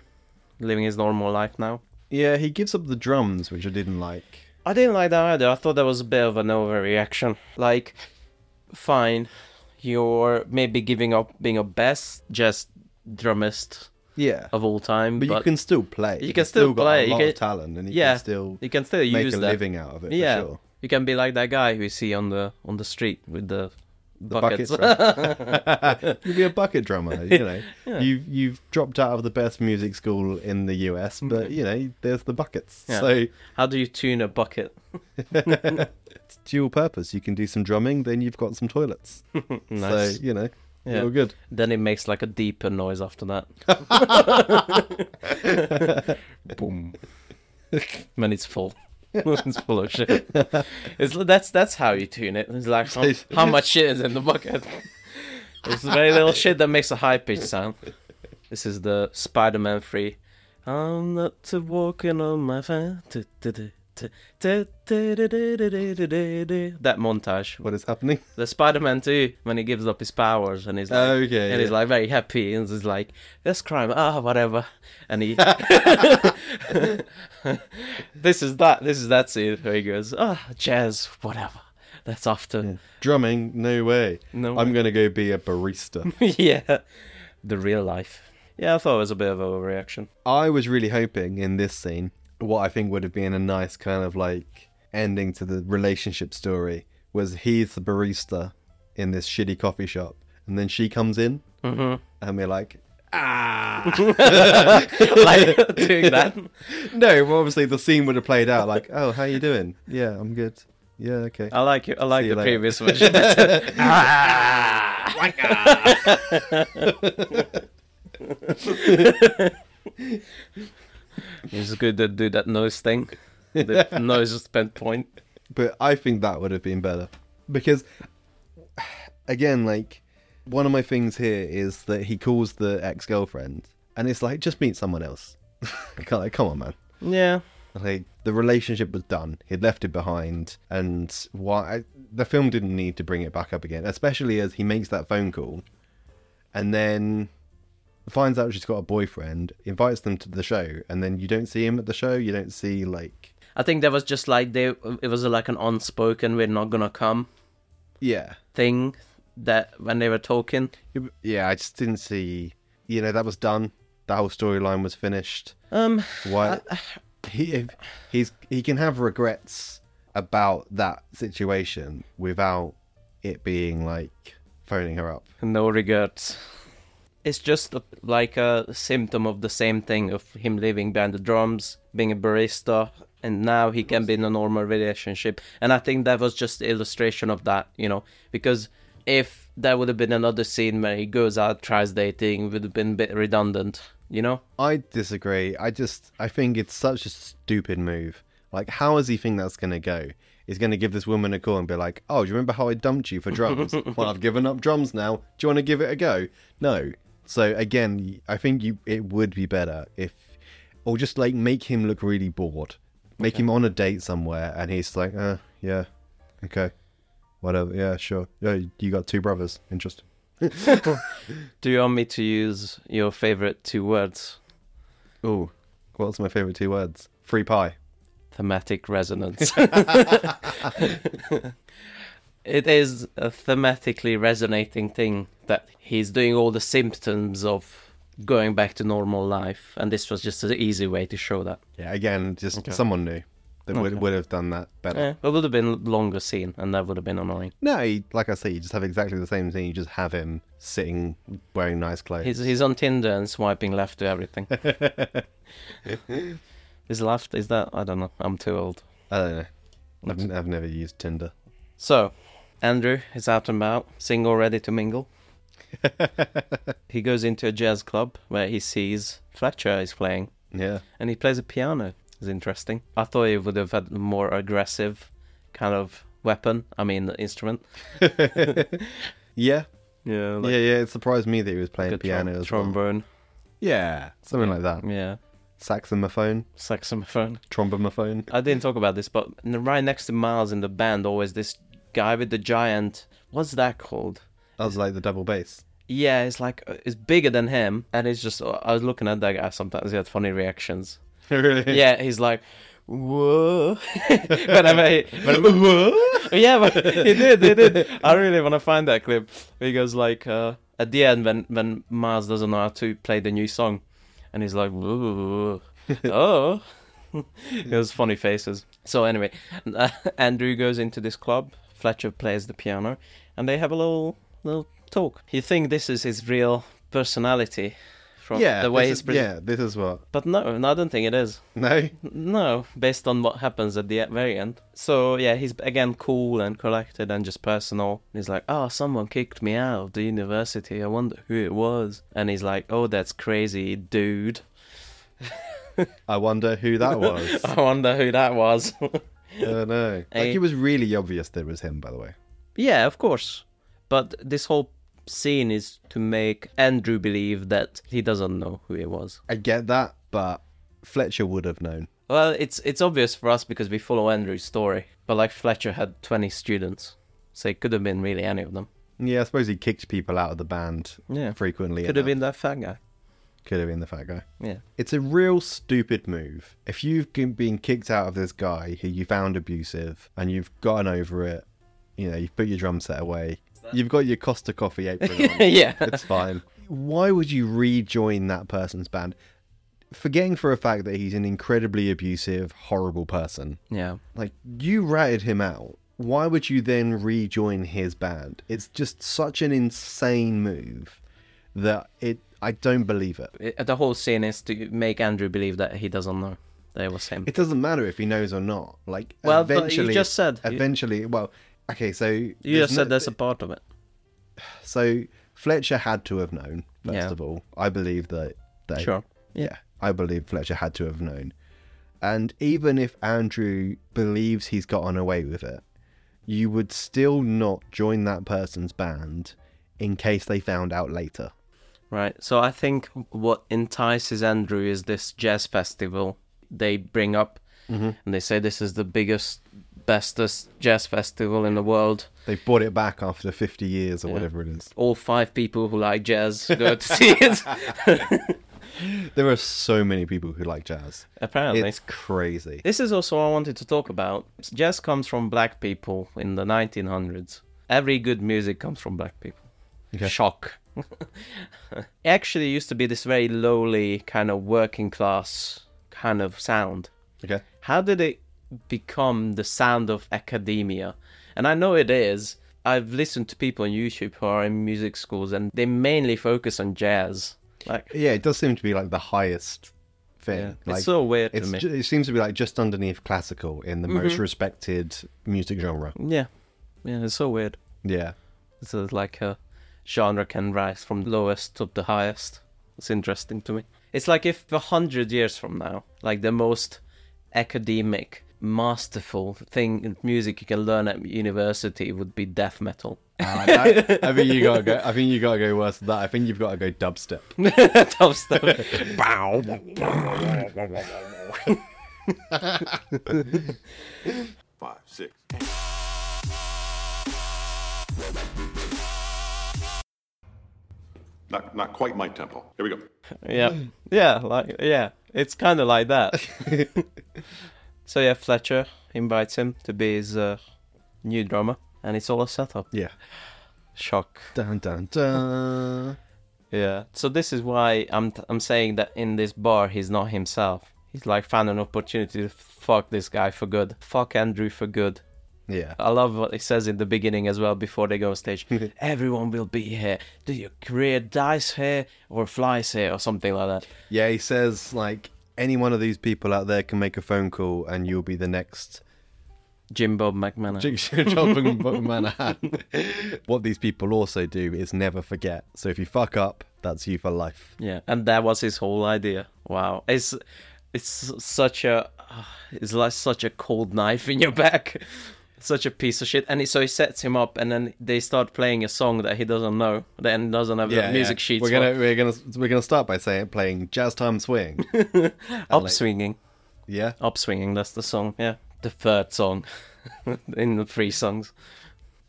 [SPEAKER 1] living his normal life now.
[SPEAKER 2] Yeah, he gives up the drums, which I didn't like.
[SPEAKER 1] I didn't like that either. I thought that was a bit of an overreaction. Like, fine, you're maybe giving up being a best jazz drummist
[SPEAKER 2] Yeah.
[SPEAKER 1] of all time,
[SPEAKER 2] But,
[SPEAKER 1] but,
[SPEAKER 2] you can still play.
[SPEAKER 1] you
[SPEAKER 2] He's
[SPEAKER 1] can still
[SPEAKER 2] got
[SPEAKER 1] play,
[SPEAKER 2] A
[SPEAKER 1] you
[SPEAKER 2] lot
[SPEAKER 1] can-
[SPEAKER 2] of talent, and he
[SPEAKER 1] yeah,
[SPEAKER 2] can still
[SPEAKER 1] you can still
[SPEAKER 2] make
[SPEAKER 1] use
[SPEAKER 2] a
[SPEAKER 1] that.
[SPEAKER 2] living out of it.
[SPEAKER 1] yeah,
[SPEAKER 2] for sure.
[SPEAKER 1] you can be like that guy we see on the on the street with the,
[SPEAKER 2] The
[SPEAKER 1] buckets. (laughs)
[SPEAKER 2] drum. You'll be a bucket drummer. You know, you've you've dropped out of the best music school in the US, but you know, there's the buckets.
[SPEAKER 1] Mm-hmm. Yeah.
[SPEAKER 2] So
[SPEAKER 1] (laughs) How do you tune a bucket?
[SPEAKER 2] it's dual purpose. You can do some drumming, then you've got some toilets.
[SPEAKER 1] (laughs) Nice.
[SPEAKER 2] So you know,
[SPEAKER 1] Yeah.
[SPEAKER 2] you're good.
[SPEAKER 1] Then it makes like a deeper noise after that. Boom. When it's full. it's full of shit. It's, that's that's how you tune it. It's like how, how much shit is in the bucket. It's very little shit that makes a high pitched sound. This is the Spider Man free. I'm not to walking on my fan. That montage
[SPEAKER 2] What is happening? (laughs)
[SPEAKER 1] the Spider-Man too when he gives up his powers and he's like,
[SPEAKER 2] Okay,
[SPEAKER 1] and he's
[SPEAKER 2] yeah.
[SPEAKER 1] like very happy and he's like, "That's crime, ah, whatever." And he, (laughs) this is that, this is that scene where he goes, "Ah, jazz, whatever." That's after,
[SPEAKER 2] Drumming? No way.
[SPEAKER 1] No
[SPEAKER 2] I'm gonna go be a barista.
[SPEAKER 1] (laughs) yeah. the real life. Yeah, I thought it was a bit of a
[SPEAKER 2] (laughs)
[SPEAKER 1] overreaction. (laughs)
[SPEAKER 2] I was really hoping in this scene what I think would have been a nice kind of like ending to the relationship story was he's the barista in this shitty coffee shop, and then she comes in, and we're like,
[SPEAKER 1] like doing that.
[SPEAKER 2] no, well, obviously the scene would have played out like, oh, how you doing? Yeah, I'm good. Yeah, okay.
[SPEAKER 1] I like it. I like
[SPEAKER 2] See you
[SPEAKER 1] the (laughs)
[SPEAKER 2] later.
[SPEAKER 1] previous version. It's good to do that nose thing. (laughs) The nose is bent point.
[SPEAKER 2] but I think that would have been better because, again, like one of my things here is that he calls the ex-girlfriend, and it's like just meet someone else. (laughs) like, come on, man.
[SPEAKER 1] Yeah.
[SPEAKER 2] Like the relationship was done. He'd left it behind, and why the film didn't need to bring it back up again, especially as he makes that phone call, and then finds out she's got a boyfriend, invites them to the show, and then you don't see him at the show. You don't see like
[SPEAKER 1] I think that was just like they. It was like an unspoken "we're not gonna come"
[SPEAKER 2] yeah,
[SPEAKER 1] thing that when they were talking.
[SPEAKER 2] yeah. I just didn't see. You know that was done. That whole storyline was finished.
[SPEAKER 1] Um,
[SPEAKER 2] Why he if he's he can have regrets about that situation without it being like phoning her up.
[SPEAKER 1] no regrets. It's just a, like a symptom of the same thing of him living behind the drums, being a barista, and now he can be in a normal relationship. And I think that was just the illustration of that, you know, because if there would have been another scene where he goes out, tries dating, it would have been a bit redundant, you know?
[SPEAKER 2] I disagree. I just I think it's such a stupid move. Like how does he think that's gonna go? He's gonna give this woman a call and be like, "Oh, do you remember how I dumped you for drums? well, I've given up drums now. Do you want to give it a go?" No. So again, I think you it would be better if, or just like make him look really bored, make him on a date somewhere, and he's like, "Uh, yeah, okay, whatever, yeah, sure. Yeah, you got two brothers. Interesting."
[SPEAKER 1] Do you want me to use your favorite two words?
[SPEAKER 2] Oh, what's my favorite two words? Free pie.
[SPEAKER 1] thematic resonance. (laughs) it is a thematically resonating thing that he's doing all the symptoms of going back to normal life, and this was just an easy way to show that.
[SPEAKER 2] Yeah, again, just someone new that would, would have done that better.
[SPEAKER 1] Yeah, it would have been longer scene, and that would have been annoying.
[SPEAKER 2] No, you- like I say, you just have exactly the same thing. You just have him sitting wearing nice clothes.
[SPEAKER 1] He's he's on Tinder and swiping left to everything. is left? Is that? I don't know. I'm too old.
[SPEAKER 2] I don't know. I've, n- I've never used Tinder.
[SPEAKER 1] So, Andrew is out and about, single, ready to
[SPEAKER 2] (laughs)
[SPEAKER 1] mingle. he goes into a jazz club where he sees Fletcher is playing,
[SPEAKER 2] Yeah.
[SPEAKER 1] and he plays a piano. is interesting. I thought it would have had a more aggressive kind of weapon. I mean, instrument.
[SPEAKER 2] Yeah.
[SPEAKER 1] Yeah,
[SPEAKER 2] Yeah, yeah. It surprised me that he was playing
[SPEAKER 1] a
[SPEAKER 2] piano
[SPEAKER 1] trom-
[SPEAKER 2] as well.
[SPEAKER 1] trombone.
[SPEAKER 2] Yeah. Something like that.
[SPEAKER 1] Yeah,
[SPEAKER 2] Saxophone,
[SPEAKER 1] saxophone.
[SPEAKER 2] trombophone.
[SPEAKER 1] I didn't talk about this, but n- right next to Miles in the band, always this guy with the giant. What's that called?
[SPEAKER 2] That was like the double
[SPEAKER 1] (laughs)
[SPEAKER 2] bass.
[SPEAKER 1] Yeah, it's like uh, it's bigger than him, and it's just. uh, I was looking at that guy sometimes. He had funny reactions.
[SPEAKER 2] (laughs) really?
[SPEAKER 1] Yeah, he's like, whoa. (laughs) whenever he, whenever, Oh, Yeah, but he did, he did. (laughs) I really want to find that clip. He goes like, uh, at the end when when Mars doesn't know how to play the new song, and he's like, (laughs) whoa, oh. (laughs) it was funny faces. So anyway, uh, (laughs) Andrew goes into this club. Fletcher plays the piano, and they have a little little talk. You think this is his real personality, from
[SPEAKER 2] Yeah.
[SPEAKER 1] the way
[SPEAKER 2] this
[SPEAKER 1] he's
[SPEAKER 2] is,
[SPEAKER 1] pre-
[SPEAKER 2] yeah. This is what.
[SPEAKER 1] but no, no, I don't think it is.
[SPEAKER 2] No.
[SPEAKER 1] No, based on what happens at the e- very end. So yeah, he's again cool and collected and just personal. He's like, "Oh, someone kicked me out of the university. I wonder who it was." And he's like, "Oh, that's crazy, dude. (laughs)
[SPEAKER 2] I wonder who that was.
[SPEAKER 1] I wonder who that was." (laughs)
[SPEAKER 2] I don't know. Like
[SPEAKER 1] Hey.
[SPEAKER 2] it was really obvious that it was him, by the way.
[SPEAKER 1] yeah, of course. But this whole scene is to make Andrew believe that he doesn't know who it was.
[SPEAKER 2] I get that, but Fletcher would have known.
[SPEAKER 1] Well, it's it's obvious for us because we follow Andrew's story. But like Fletcher had 20 students, so it could have been really any of them.
[SPEAKER 2] Yeah, I suppose he kicked people out of the band
[SPEAKER 1] Yeah.
[SPEAKER 2] frequently.
[SPEAKER 1] Could have been that fat guy.
[SPEAKER 2] Could have been the fat guy.
[SPEAKER 1] Yeah.
[SPEAKER 2] It's a real stupid move. If you've g- been kicked out of this guy who you found abusive and you've gotten over it, you know, you've put your drum set away, you've got your Costa Coffee (laughs) apron
[SPEAKER 1] (laughs)
[SPEAKER 2] on,
[SPEAKER 1] yeah.
[SPEAKER 2] it's fine. Why would you rejoin that person's band? Forgetting for a fact that he's an incredibly abusive, horrible person.
[SPEAKER 1] Yeah.
[SPEAKER 2] Like, you ratted him out. Why would you then rejoin his band? It's just such an insane move that it. I don't believe it.
[SPEAKER 1] It- the whole scene is to make Andrew believe that he doesn't know that it was him.
[SPEAKER 2] It doesn't matter if he knows or not. Like,
[SPEAKER 1] Well, but you
[SPEAKER 2] eventually,
[SPEAKER 1] just said-
[SPEAKER 2] Eventually, well, okay. So
[SPEAKER 1] you just said that's a part of it.
[SPEAKER 2] So Fletcher had to have known. First
[SPEAKER 1] Yeah.
[SPEAKER 2] of all, I believe that. They,
[SPEAKER 1] Sure.
[SPEAKER 2] Yeah, I believe Fletcher had to have known. And even if Andrew believes he's gotten away with it, you would still not join that person's band in case they found out later.
[SPEAKER 1] Right. So I think what entices Andrew is this jazz festival they bring up.
[SPEAKER 2] Mm-hmm.
[SPEAKER 1] And they say this is the biggest, bestest jazz festival in the world.
[SPEAKER 2] They bought it back after 50 years or whatever it is.
[SPEAKER 1] All five people who like jazz go to see
[SPEAKER 2] (laughs)
[SPEAKER 1] it. (laughs)
[SPEAKER 2] There are so many people who like jazz.
[SPEAKER 1] Apparently.
[SPEAKER 2] It's crazy.
[SPEAKER 1] This is also what I wanted to talk about. Jazz comes from black people in the 1900s. Every good music comes from black people. Shock. (laughs) it actually used to be this very lowly kind of working class kind of sound.
[SPEAKER 2] Okay.
[SPEAKER 1] How did it become the sound of academia? And I know it is. I've listened to people on YouTube who are in music schools and they mainly focus on jazz. Like
[SPEAKER 2] Yeah, it does seem to be like the highest thing.
[SPEAKER 1] Yeah. It's
[SPEAKER 2] Like,
[SPEAKER 1] so weird to
[SPEAKER 2] it's
[SPEAKER 1] me. Mm-hmm.
[SPEAKER 2] ju- it seems to be like just underneath classical in the most respected music genre.
[SPEAKER 1] yeah. Yeah, it's so weird.
[SPEAKER 2] Yeah.
[SPEAKER 1] So it's like a genre can rise from lowest to the highest. It's interesting to me. It's like if a hundred years from now, like the most academic, masterful thing in music you can learn at university would be death metal. (laughs)
[SPEAKER 2] I, I- I think you gotta go. I think you gotta go worse than that. I think you've got to go dubstep.
[SPEAKER 1] (laughs) Tough stuff.
[SPEAKER 4] five, six. Not, not quite my tempo. Here we go.
[SPEAKER 1] yeah. Yeah, like yeah. It's kinda like that. so yeah, Fletcher invites him to be his uh, new drummer and it's all a setup.
[SPEAKER 2] Yeah.
[SPEAKER 1] Shock.
[SPEAKER 2] Dun dun dun.
[SPEAKER 1] Yeah. So this is why I'm I'm saying that in this bar he's not himself. He's like found an opportunity to fuck this guy for good. Fuck Andrew for good.
[SPEAKER 2] Yeah.
[SPEAKER 1] I love what he says in the beginning as well before they go on stage. Everyone will be here. Do your career dies here or flies here or something like that.
[SPEAKER 2] Yeah. He says like any one of these people out there can make a phone call and you'll be the next (laughs)
[SPEAKER 1] Jim Bob McManus.
[SPEAKER 2] job in
[SPEAKER 1] (laughs)
[SPEAKER 2] Manhattan. what these people also do is never forget. So if you fuck up, that's you for life.
[SPEAKER 1] yeah. And that was his whole idea. Wow. It's It's s- such a uh, it's like such a cold knife in your (laughs) back. Such a piece of shit, and he, so he sets him up, and then they start playing a song that he doesn't know, then doesn't have the music sheets.
[SPEAKER 2] We're gonna we're gonna we're gonna start by saying playing jazz
[SPEAKER 1] (laughs)
[SPEAKER 2] time swing.
[SPEAKER 1] for. upswinging,
[SPEAKER 2] yeah,
[SPEAKER 1] upswinging. That's the song. Yeah, the third song (laughs) in the three songs.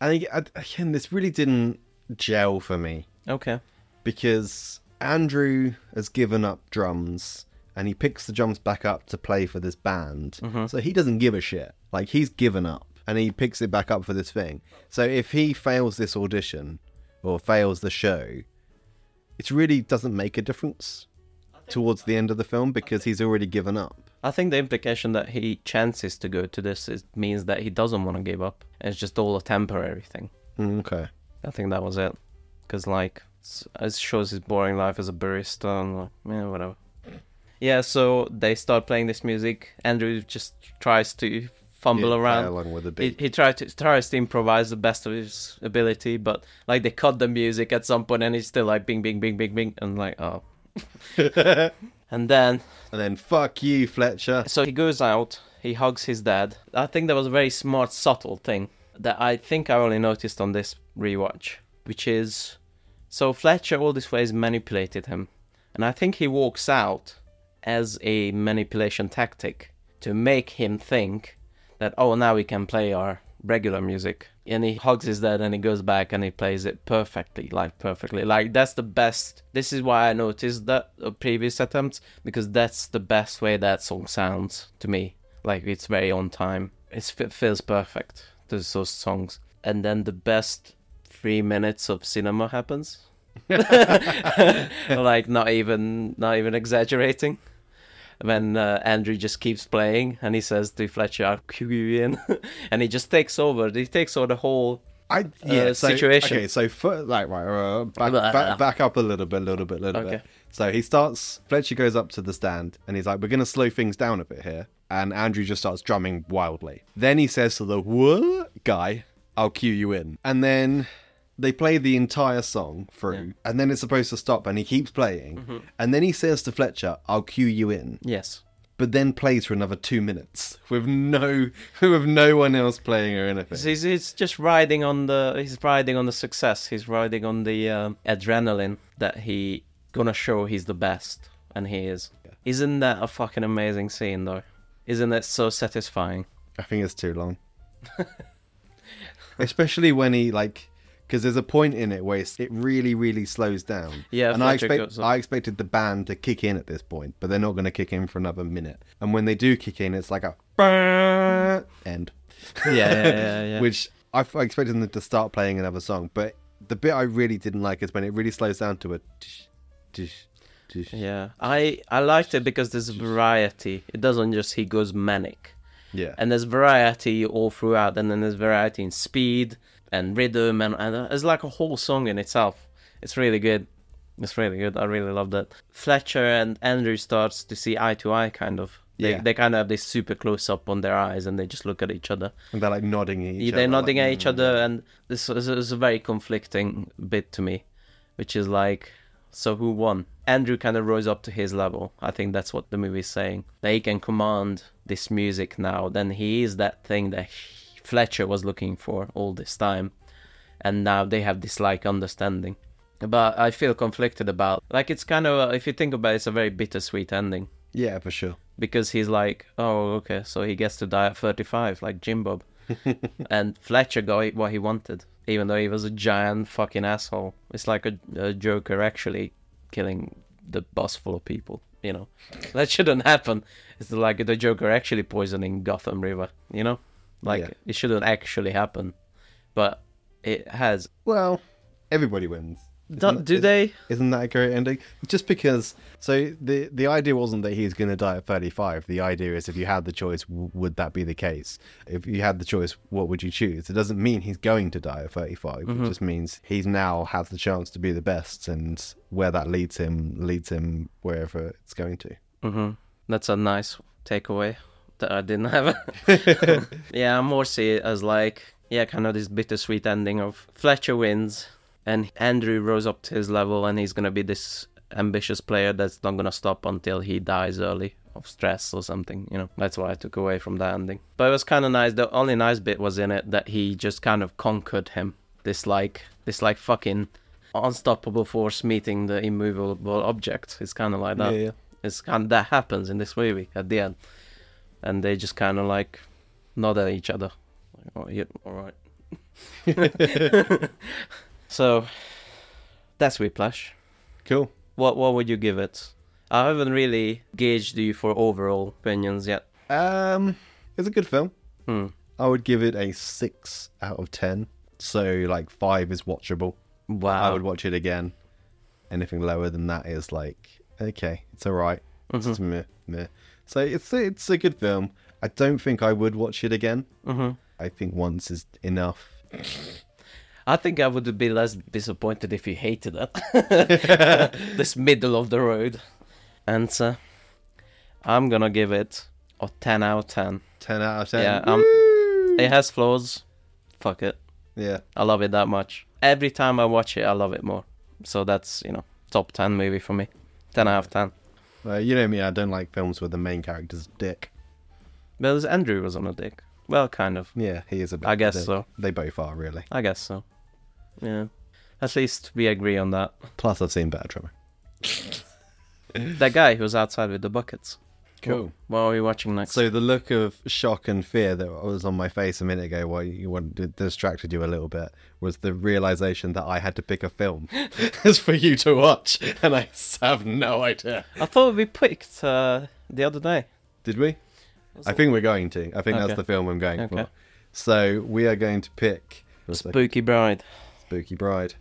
[SPEAKER 2] and I- again, this really didn't gel for me.
[SPEAKER 1] Okay.
[SPEAKER 2] because Andrew has given up drums and he picks the drums back up to play for this band.
[SPEAKER 1] Mm-hmm.
[SPEAKER 2] So he doesn't give a shit. Like he's given up and he picks it back up for this thing. So if he fails this audition or fails the show, it really doesn't make a difference towards the end of the film because he's already given up.
[SPEAKER 1] I think the implication that he chances to go to this is, means that he doesn't want to give up. It's just all a temporary thing.
[SPEAKER 2] Mm, Okay.
[SPEAKER 1] I think that was it. Because, like, it's, it shows his boring life as a barista and, like, yeah, whatever. Yeah, so they start playing this music. Andrew just tries to fumble
[SPEAKER 2] Yeah, play
[SPEAKER 1] around.
[SPEAKER 2] along with the
[SPEAKER 1] He-
[SPEAKER 2] beat.
[SPEAKER 1] He, tries, to, tries to improvise the best of his ability, but, like, they cut the music at some point and he's still, like, bing, bing, bing, bing, bing. And, like,
[SPEAKER 2] (laughs)
[SPEAKER 1] oh. and then
[SPEAKER 2] And then fuck you, Fletcher.
[SPEAKER 1] so he goes out, he hugs his dad. I think that was a very smart, subtle thing that I think I only noticed on this rewatch, which is so Fletcher all this way has manipulated him. And I think he walks out as a manipulation tactic to make him think that, oh, now we can play our regular music. And he hugs his dad and he goes back and he plays it perfectly, like perfectly. Like, that's the best. This is why I noticed that uh, previous attempts, because that's the best way that song sounds to me. Like, it's very on time. It's, it feels perfect, those, those songs. And then the best three minutes of cinema (laughs) happens. like not even not even exaggerating. When uh, Andrew just keeps playing and he says to Fletcher, "I'll cue you in," (laughs) and he just takes over. He takes over the whole.
[SPEAKER 2] I yeah
[SPEAKER 1] uh,
[SPEAKER 2] so,
[SPEAKER 1] situation.
[SPEAKER 2] Okay, so for, like right, uh, back, back back up a little bit, little bit, little bit.
[SPEAKER 1] Okay.
[SPEAKER 2] So he starts. Fletcher goes up to the stand and he's like, "We're gonna slow things down a bit here." And Andrew just starts drumming wildly. Then he says to the what guy, "I'll cue you in," and then. They play the entire song through, and then it's supposed to stop, and he keeps playing. And then he says to Fletcher, "I'll cue you in,"
[SPEAKER 1] Yes,
[SPEAKER 2] but then plays for another two minutes with no, (laughs) with no one else playing or anything.
[SPEAKER 1] he's, he's just riding on the he's riding on the success. He's riding on the um, adrenaline that he gonna show he's the best, and he is. Isn't that a fucking amazing scene though? Isn't it so satisfying?
[SPEAKER 2] I think it's too long. Especially when he like, because there's a point in it where it's, it really, really slows down.
[SPEAKER 1] Yeah,
[SPEAKER 2] and I
[SPEAKER 1] Fletcher
[SPEAKER 2] expect
[SPEAKER 1] goes up.
[SPEAKER 2] I expected the band to kick in at this point, but they're not going to kick in for another minute. And when they do kick in, it's
[SPEAKER 1] (laughs)
[SPEAKER 2] like a "Bah!" end,
[SPEAKER 1] Yeah, yeah, yeah. yeah.
[SPEAKER 2] which I, I expected them to start playing another song. But the bit I really didn't like is when it really slows down to a. Tsh, tsh, tsh.
[SPEAKER 1] Yeah, I I liked it because there's variety. It doesn't just he goes manic,
[SPEAKER 2] Yeah.
[SPEAKER 1] and there's variety all throughout, and then there's variety in speed and rhythm, and, and uh, it's like a whole song in itself. It's really good. It's really good. I really love that. Fletcher and Andrew starts to see eye to eye, kind of. They,
[SPEAKER 2] Yeah.
[SPEAKER 1] they kind of have this super close up on their eyes, and they just look at each other.
[SPEAKER 2] and they're like nodding at each
[SPEAKER 1] They're
[SPEAKER 2] other,
[SPEAKER 1] nodding
[SPEAKER 2] like, mm.
[SPEAKER 1] at each other, and this is, is a very conflicting bit to me, which is like, so who won? Andrew kind of rose up to his level. I think that's what the movie's saying. That he can command this music now. Then he is that thing that he- Fletcher was looking for all this time, and now they have this like understanding. But I feel conflicted about. Like it's kind of if you think about it, it's a very bittersweet ending
[SPEAKER 2] Yeah, for sure.
[SPEAKER 1] because he's like, oh, okay, so he gets to die at 35, like Jim (laughs) Bob. and Fletcher got what he wanted, even though he was a giant fucking asshole. It's like a, a Joker actually killing the bus full of people, you know? (laughs) That shouldn't happen. It's like the Joker actually poisoning Gotham River, you know? Like,
[SPEAKER 2] Yeah.
[SPEAKER 1] it shouldn't actually happen. But it has.
[SPEAKER 2] Well, everybody wins.
[SPEAKER 1] Do,
[SPEAKER 2] Isn't-
[SPEAKER 1] do
[SPEAKER 2] is-
[SPEAKER 1] they?
[SPEAKER 2] Isn't that a great ending? Just because. So the the idea wasn't that he's going to die at 35. The idea is if you had the choice, w- would that be the case? If you had the choice, what would you choose? It doesn't mean he's going to die at 35. It just means he's now has the chance to be the best, and where that leads him leads him wherever it's going to.
[SPEAKER 1] That's a nice takeaway that I didn't have. (laughs) yeah, I more see it as like, yeah, kind of this bittersweet ending of Fletcher wins and Andrew rose up to his level and he's going to be this ambitious player that's not going to stop until he dies early of stress or something. You know, that's what I took away from that ending. But it was kind of nice. The only nice bit was in it that he just kind of conquered him. This like this like fucking unstoppable force meeting the immovable object. It's kind of like that.
[SPEAKER 2] Yeah, yeah.
[SPEAKER 1] It's kind of, that happens in this movie at the end, and they just kind of like nod at each other. Like, oh, yeah, all right. (laughs) so that's Whiplash.
[SPEAKER 2] Cool.
[SPEAKER 1] What what would you give it? I haven't really gauged you for overall opinions yet.
[SPEAKER 2] Um, it's a good film. I would give it a six out of ten. So like five is watchable.
[SPEAKER 1] Wow.
[SPEAKER 2] I would watch it again. Anything lower than that is like okay, it's all right. It's
[SPEAKER 1] Mm-hmm.
[SPEAKER 2] just meh, meh. So it's it's a good film. I don't think I would watch it again. Mm-hmm. I think once is enough.
[SPEAKER 1] I think I would be less disappointed if you hated it. this middle of the road answer. I'm gonna give it a ten out of ten.
[SPEAKER 2] Ten out of ten.
[SPEAKER 1] Yeah, um, it has flaws. Fuck it.
[SPEAKER 2] yeah.
[SPEAKER 1] I love it that much. Every time I watch it, I love it more. So that's you know top ten movie for me. Ten out of ten.
[SPEAKER 2] Uh, you know me. I don't like films where the main character's a dick.
[SPEAKER 1] Well, this Andrew was on a dick. Well, kind of.
[SPEAKER 2] Yeah, he is a bit.
[SPEAKER 1] I
[SPEAKER 2] of a
[SPEAKER 1] guess
[SPEAKER 2] dick.
[SPEAKER 1] so.
[SPEAKER 2] They both are really.
[SPEAKER 1] I guess so. Yeah. At least we agree on that.
[SPEAKER 2] Plus, I've seen better Trevor.
[SPEAKER 1] That guy who was outside with the buckets. What are we watching next?
[SPEAKER 2] So the look of shock and fear that was on my face a minute ago, while you wanted, distracted you a little bit, was the realization that I had to pick a film (laughs) for you to watch, and I have no idea.
[SPEAKER 1] I thought we picked uh, the other day.
[SPEAKER 2] Did we? I think we're going to. I think that's
[SPEAKER 1] Okay.
[SPEAKER 2] the film I'm going
[SPEAKER 1] Okay.
[SPEAKER 2] for. So we are going to pick
[SPEAKER 1] Spooky Bride.
[SPEAKER 2] Spooky Bride.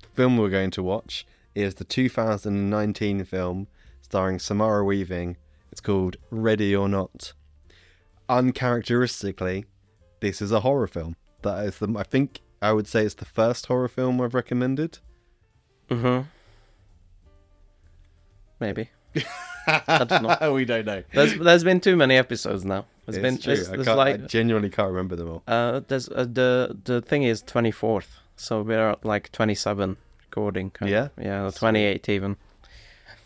[SPEAKER 2] The film we're going to watch is the 2019 film starring Samara Weaving. It's called Ready or Not. Uncharacteristically, this is a horror film. That is the I think I would say it's the first horror film I've recommended.
[SPEAKER 1] Mm-hmm. Maybe. I don't know.
[SPEAKER 2] (laughs) we don't know.
[SPEAKER 1] There's, there's been too many episodes now. There's
[SPEAKER 2] It's
[SPEAKER 1] been
[SPEAKER 2] true.
[SPEAKER 1] There's,
[SPEAKER 2] I,
[SPEAKER 1] there's
[SPEAKER 2] can't- I
[SPEAKER 1] like
[SPEAKER 2] genuinely can't remember them all.
[SPEAKER 1] uh, there's uh, the the thing is 24th, so we're at like 27 recording. kind of.
[SPEAKER 2] Yeah?
[SPEAKER 1] yeah, or 28 even.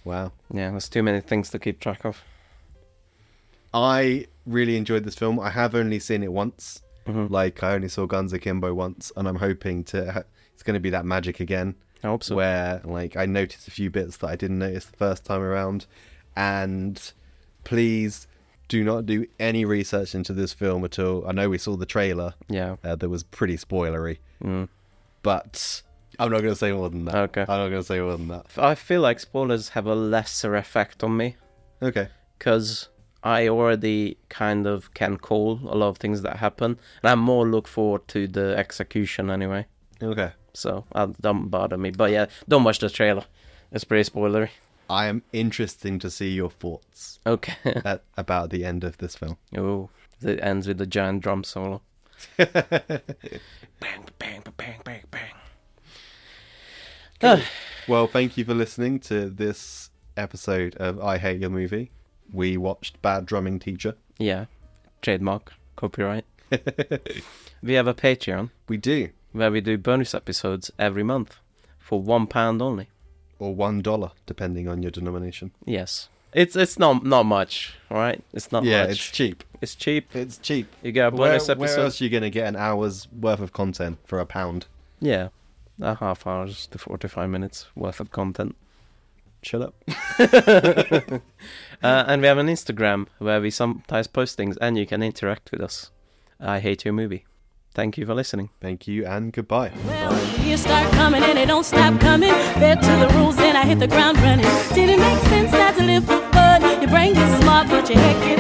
[SPEAKER 2] Wow.
[SPEAKER 1] Yeah, there's too many things to keep track of.
[SPEAKER 2] I really enjoyed this film. I have only seen it once.
[SPEAKER 1] Mm-hmm.
[SPEAKER 2] Like I only saw Guns Akimbo once, and I'm hoping to. Ha- it's going to be that magic again.
[SPEAKER 1] I hope so.
[SPEAKER 2] Where like I noticed a few bits that I didn't notice the first time around, and please do not do any research into this film at all. I know we saw the trailer.
[SPEAKER 1] Yeah. Mm.
[SPEAKER 2] uh, that was pretty spoilery, but I'm not going to say more than that.
[SPEAKER 1] Okay.
[SPEAKER 2] I'm not going to say more than that.
[SPEAKER 1] I feel like spoilers have a lesser effect on me
[SPEAKER 2] Okay.
[SPEAKER 1] because I already kind of can call a lot of things that happen, and I more look forward to the execution anyway.
[SPEAKER 2] Okay.
[SPEAKER 1] So uh, don't bother me. But yeah, don't watch the trailer. It's pretty spoilery.
[SPEAKER 2] I am interesting to see your thoughts
[SPEAKER 1] Okay. (laughs)
[SPEAKER 2] at, about the end of this film.
[SPEAKER 1] oh, it ends with the giant drum solo. bang, bang, bang, bang, bang. Ah,
[SPEAKER 2] Well, thank you for listening to this episode of I Hate Your Movie. We watched Bad Drumming Teacher.
[SPEAKER 1] yeah, trademark, copyright. (laughs) we have a Patreon
[SPEAKER 2] We do,
[SPEAKER 1] where we do bonus episodes every month for one pound only.
[SPEAKER 2] or one dollar, depending on your denomination.
[SPEAKER 1] Yes. It's it's not not much, all right? It's not
[SPEAKER 2] Yeah,
[SPEAKER 1] much.
[SPEAKER 2] it's cheap.
[SPEAKER 1] It's cheap.
[SPEAKER 2] It's cheap.
[SPEAKER 1] You get a bonus
[SPEAKER 2] where,
[SPEAKER 1] episode.
[SPEAKER 2] Where else are you going to get an hour's worth of content for a pound?
[SPEAKER 1] Yeah. A half hours to 45 minutes worth of content.
[SPEAKER 2] Shut up.
[SPEAKER 1] Uh, and we have an Instagram where we sometimes post things and you can interact with us. I hate your movie. Thank you for listening.
[SPEAKER 2] Thank you and goodbye.
[SPEAKER 3] Well, you start coming and it don't stop coming. Bed to the rules and I hit the ground running. Didn't make sense not to live for fun. Your brain gets smart, but your head gets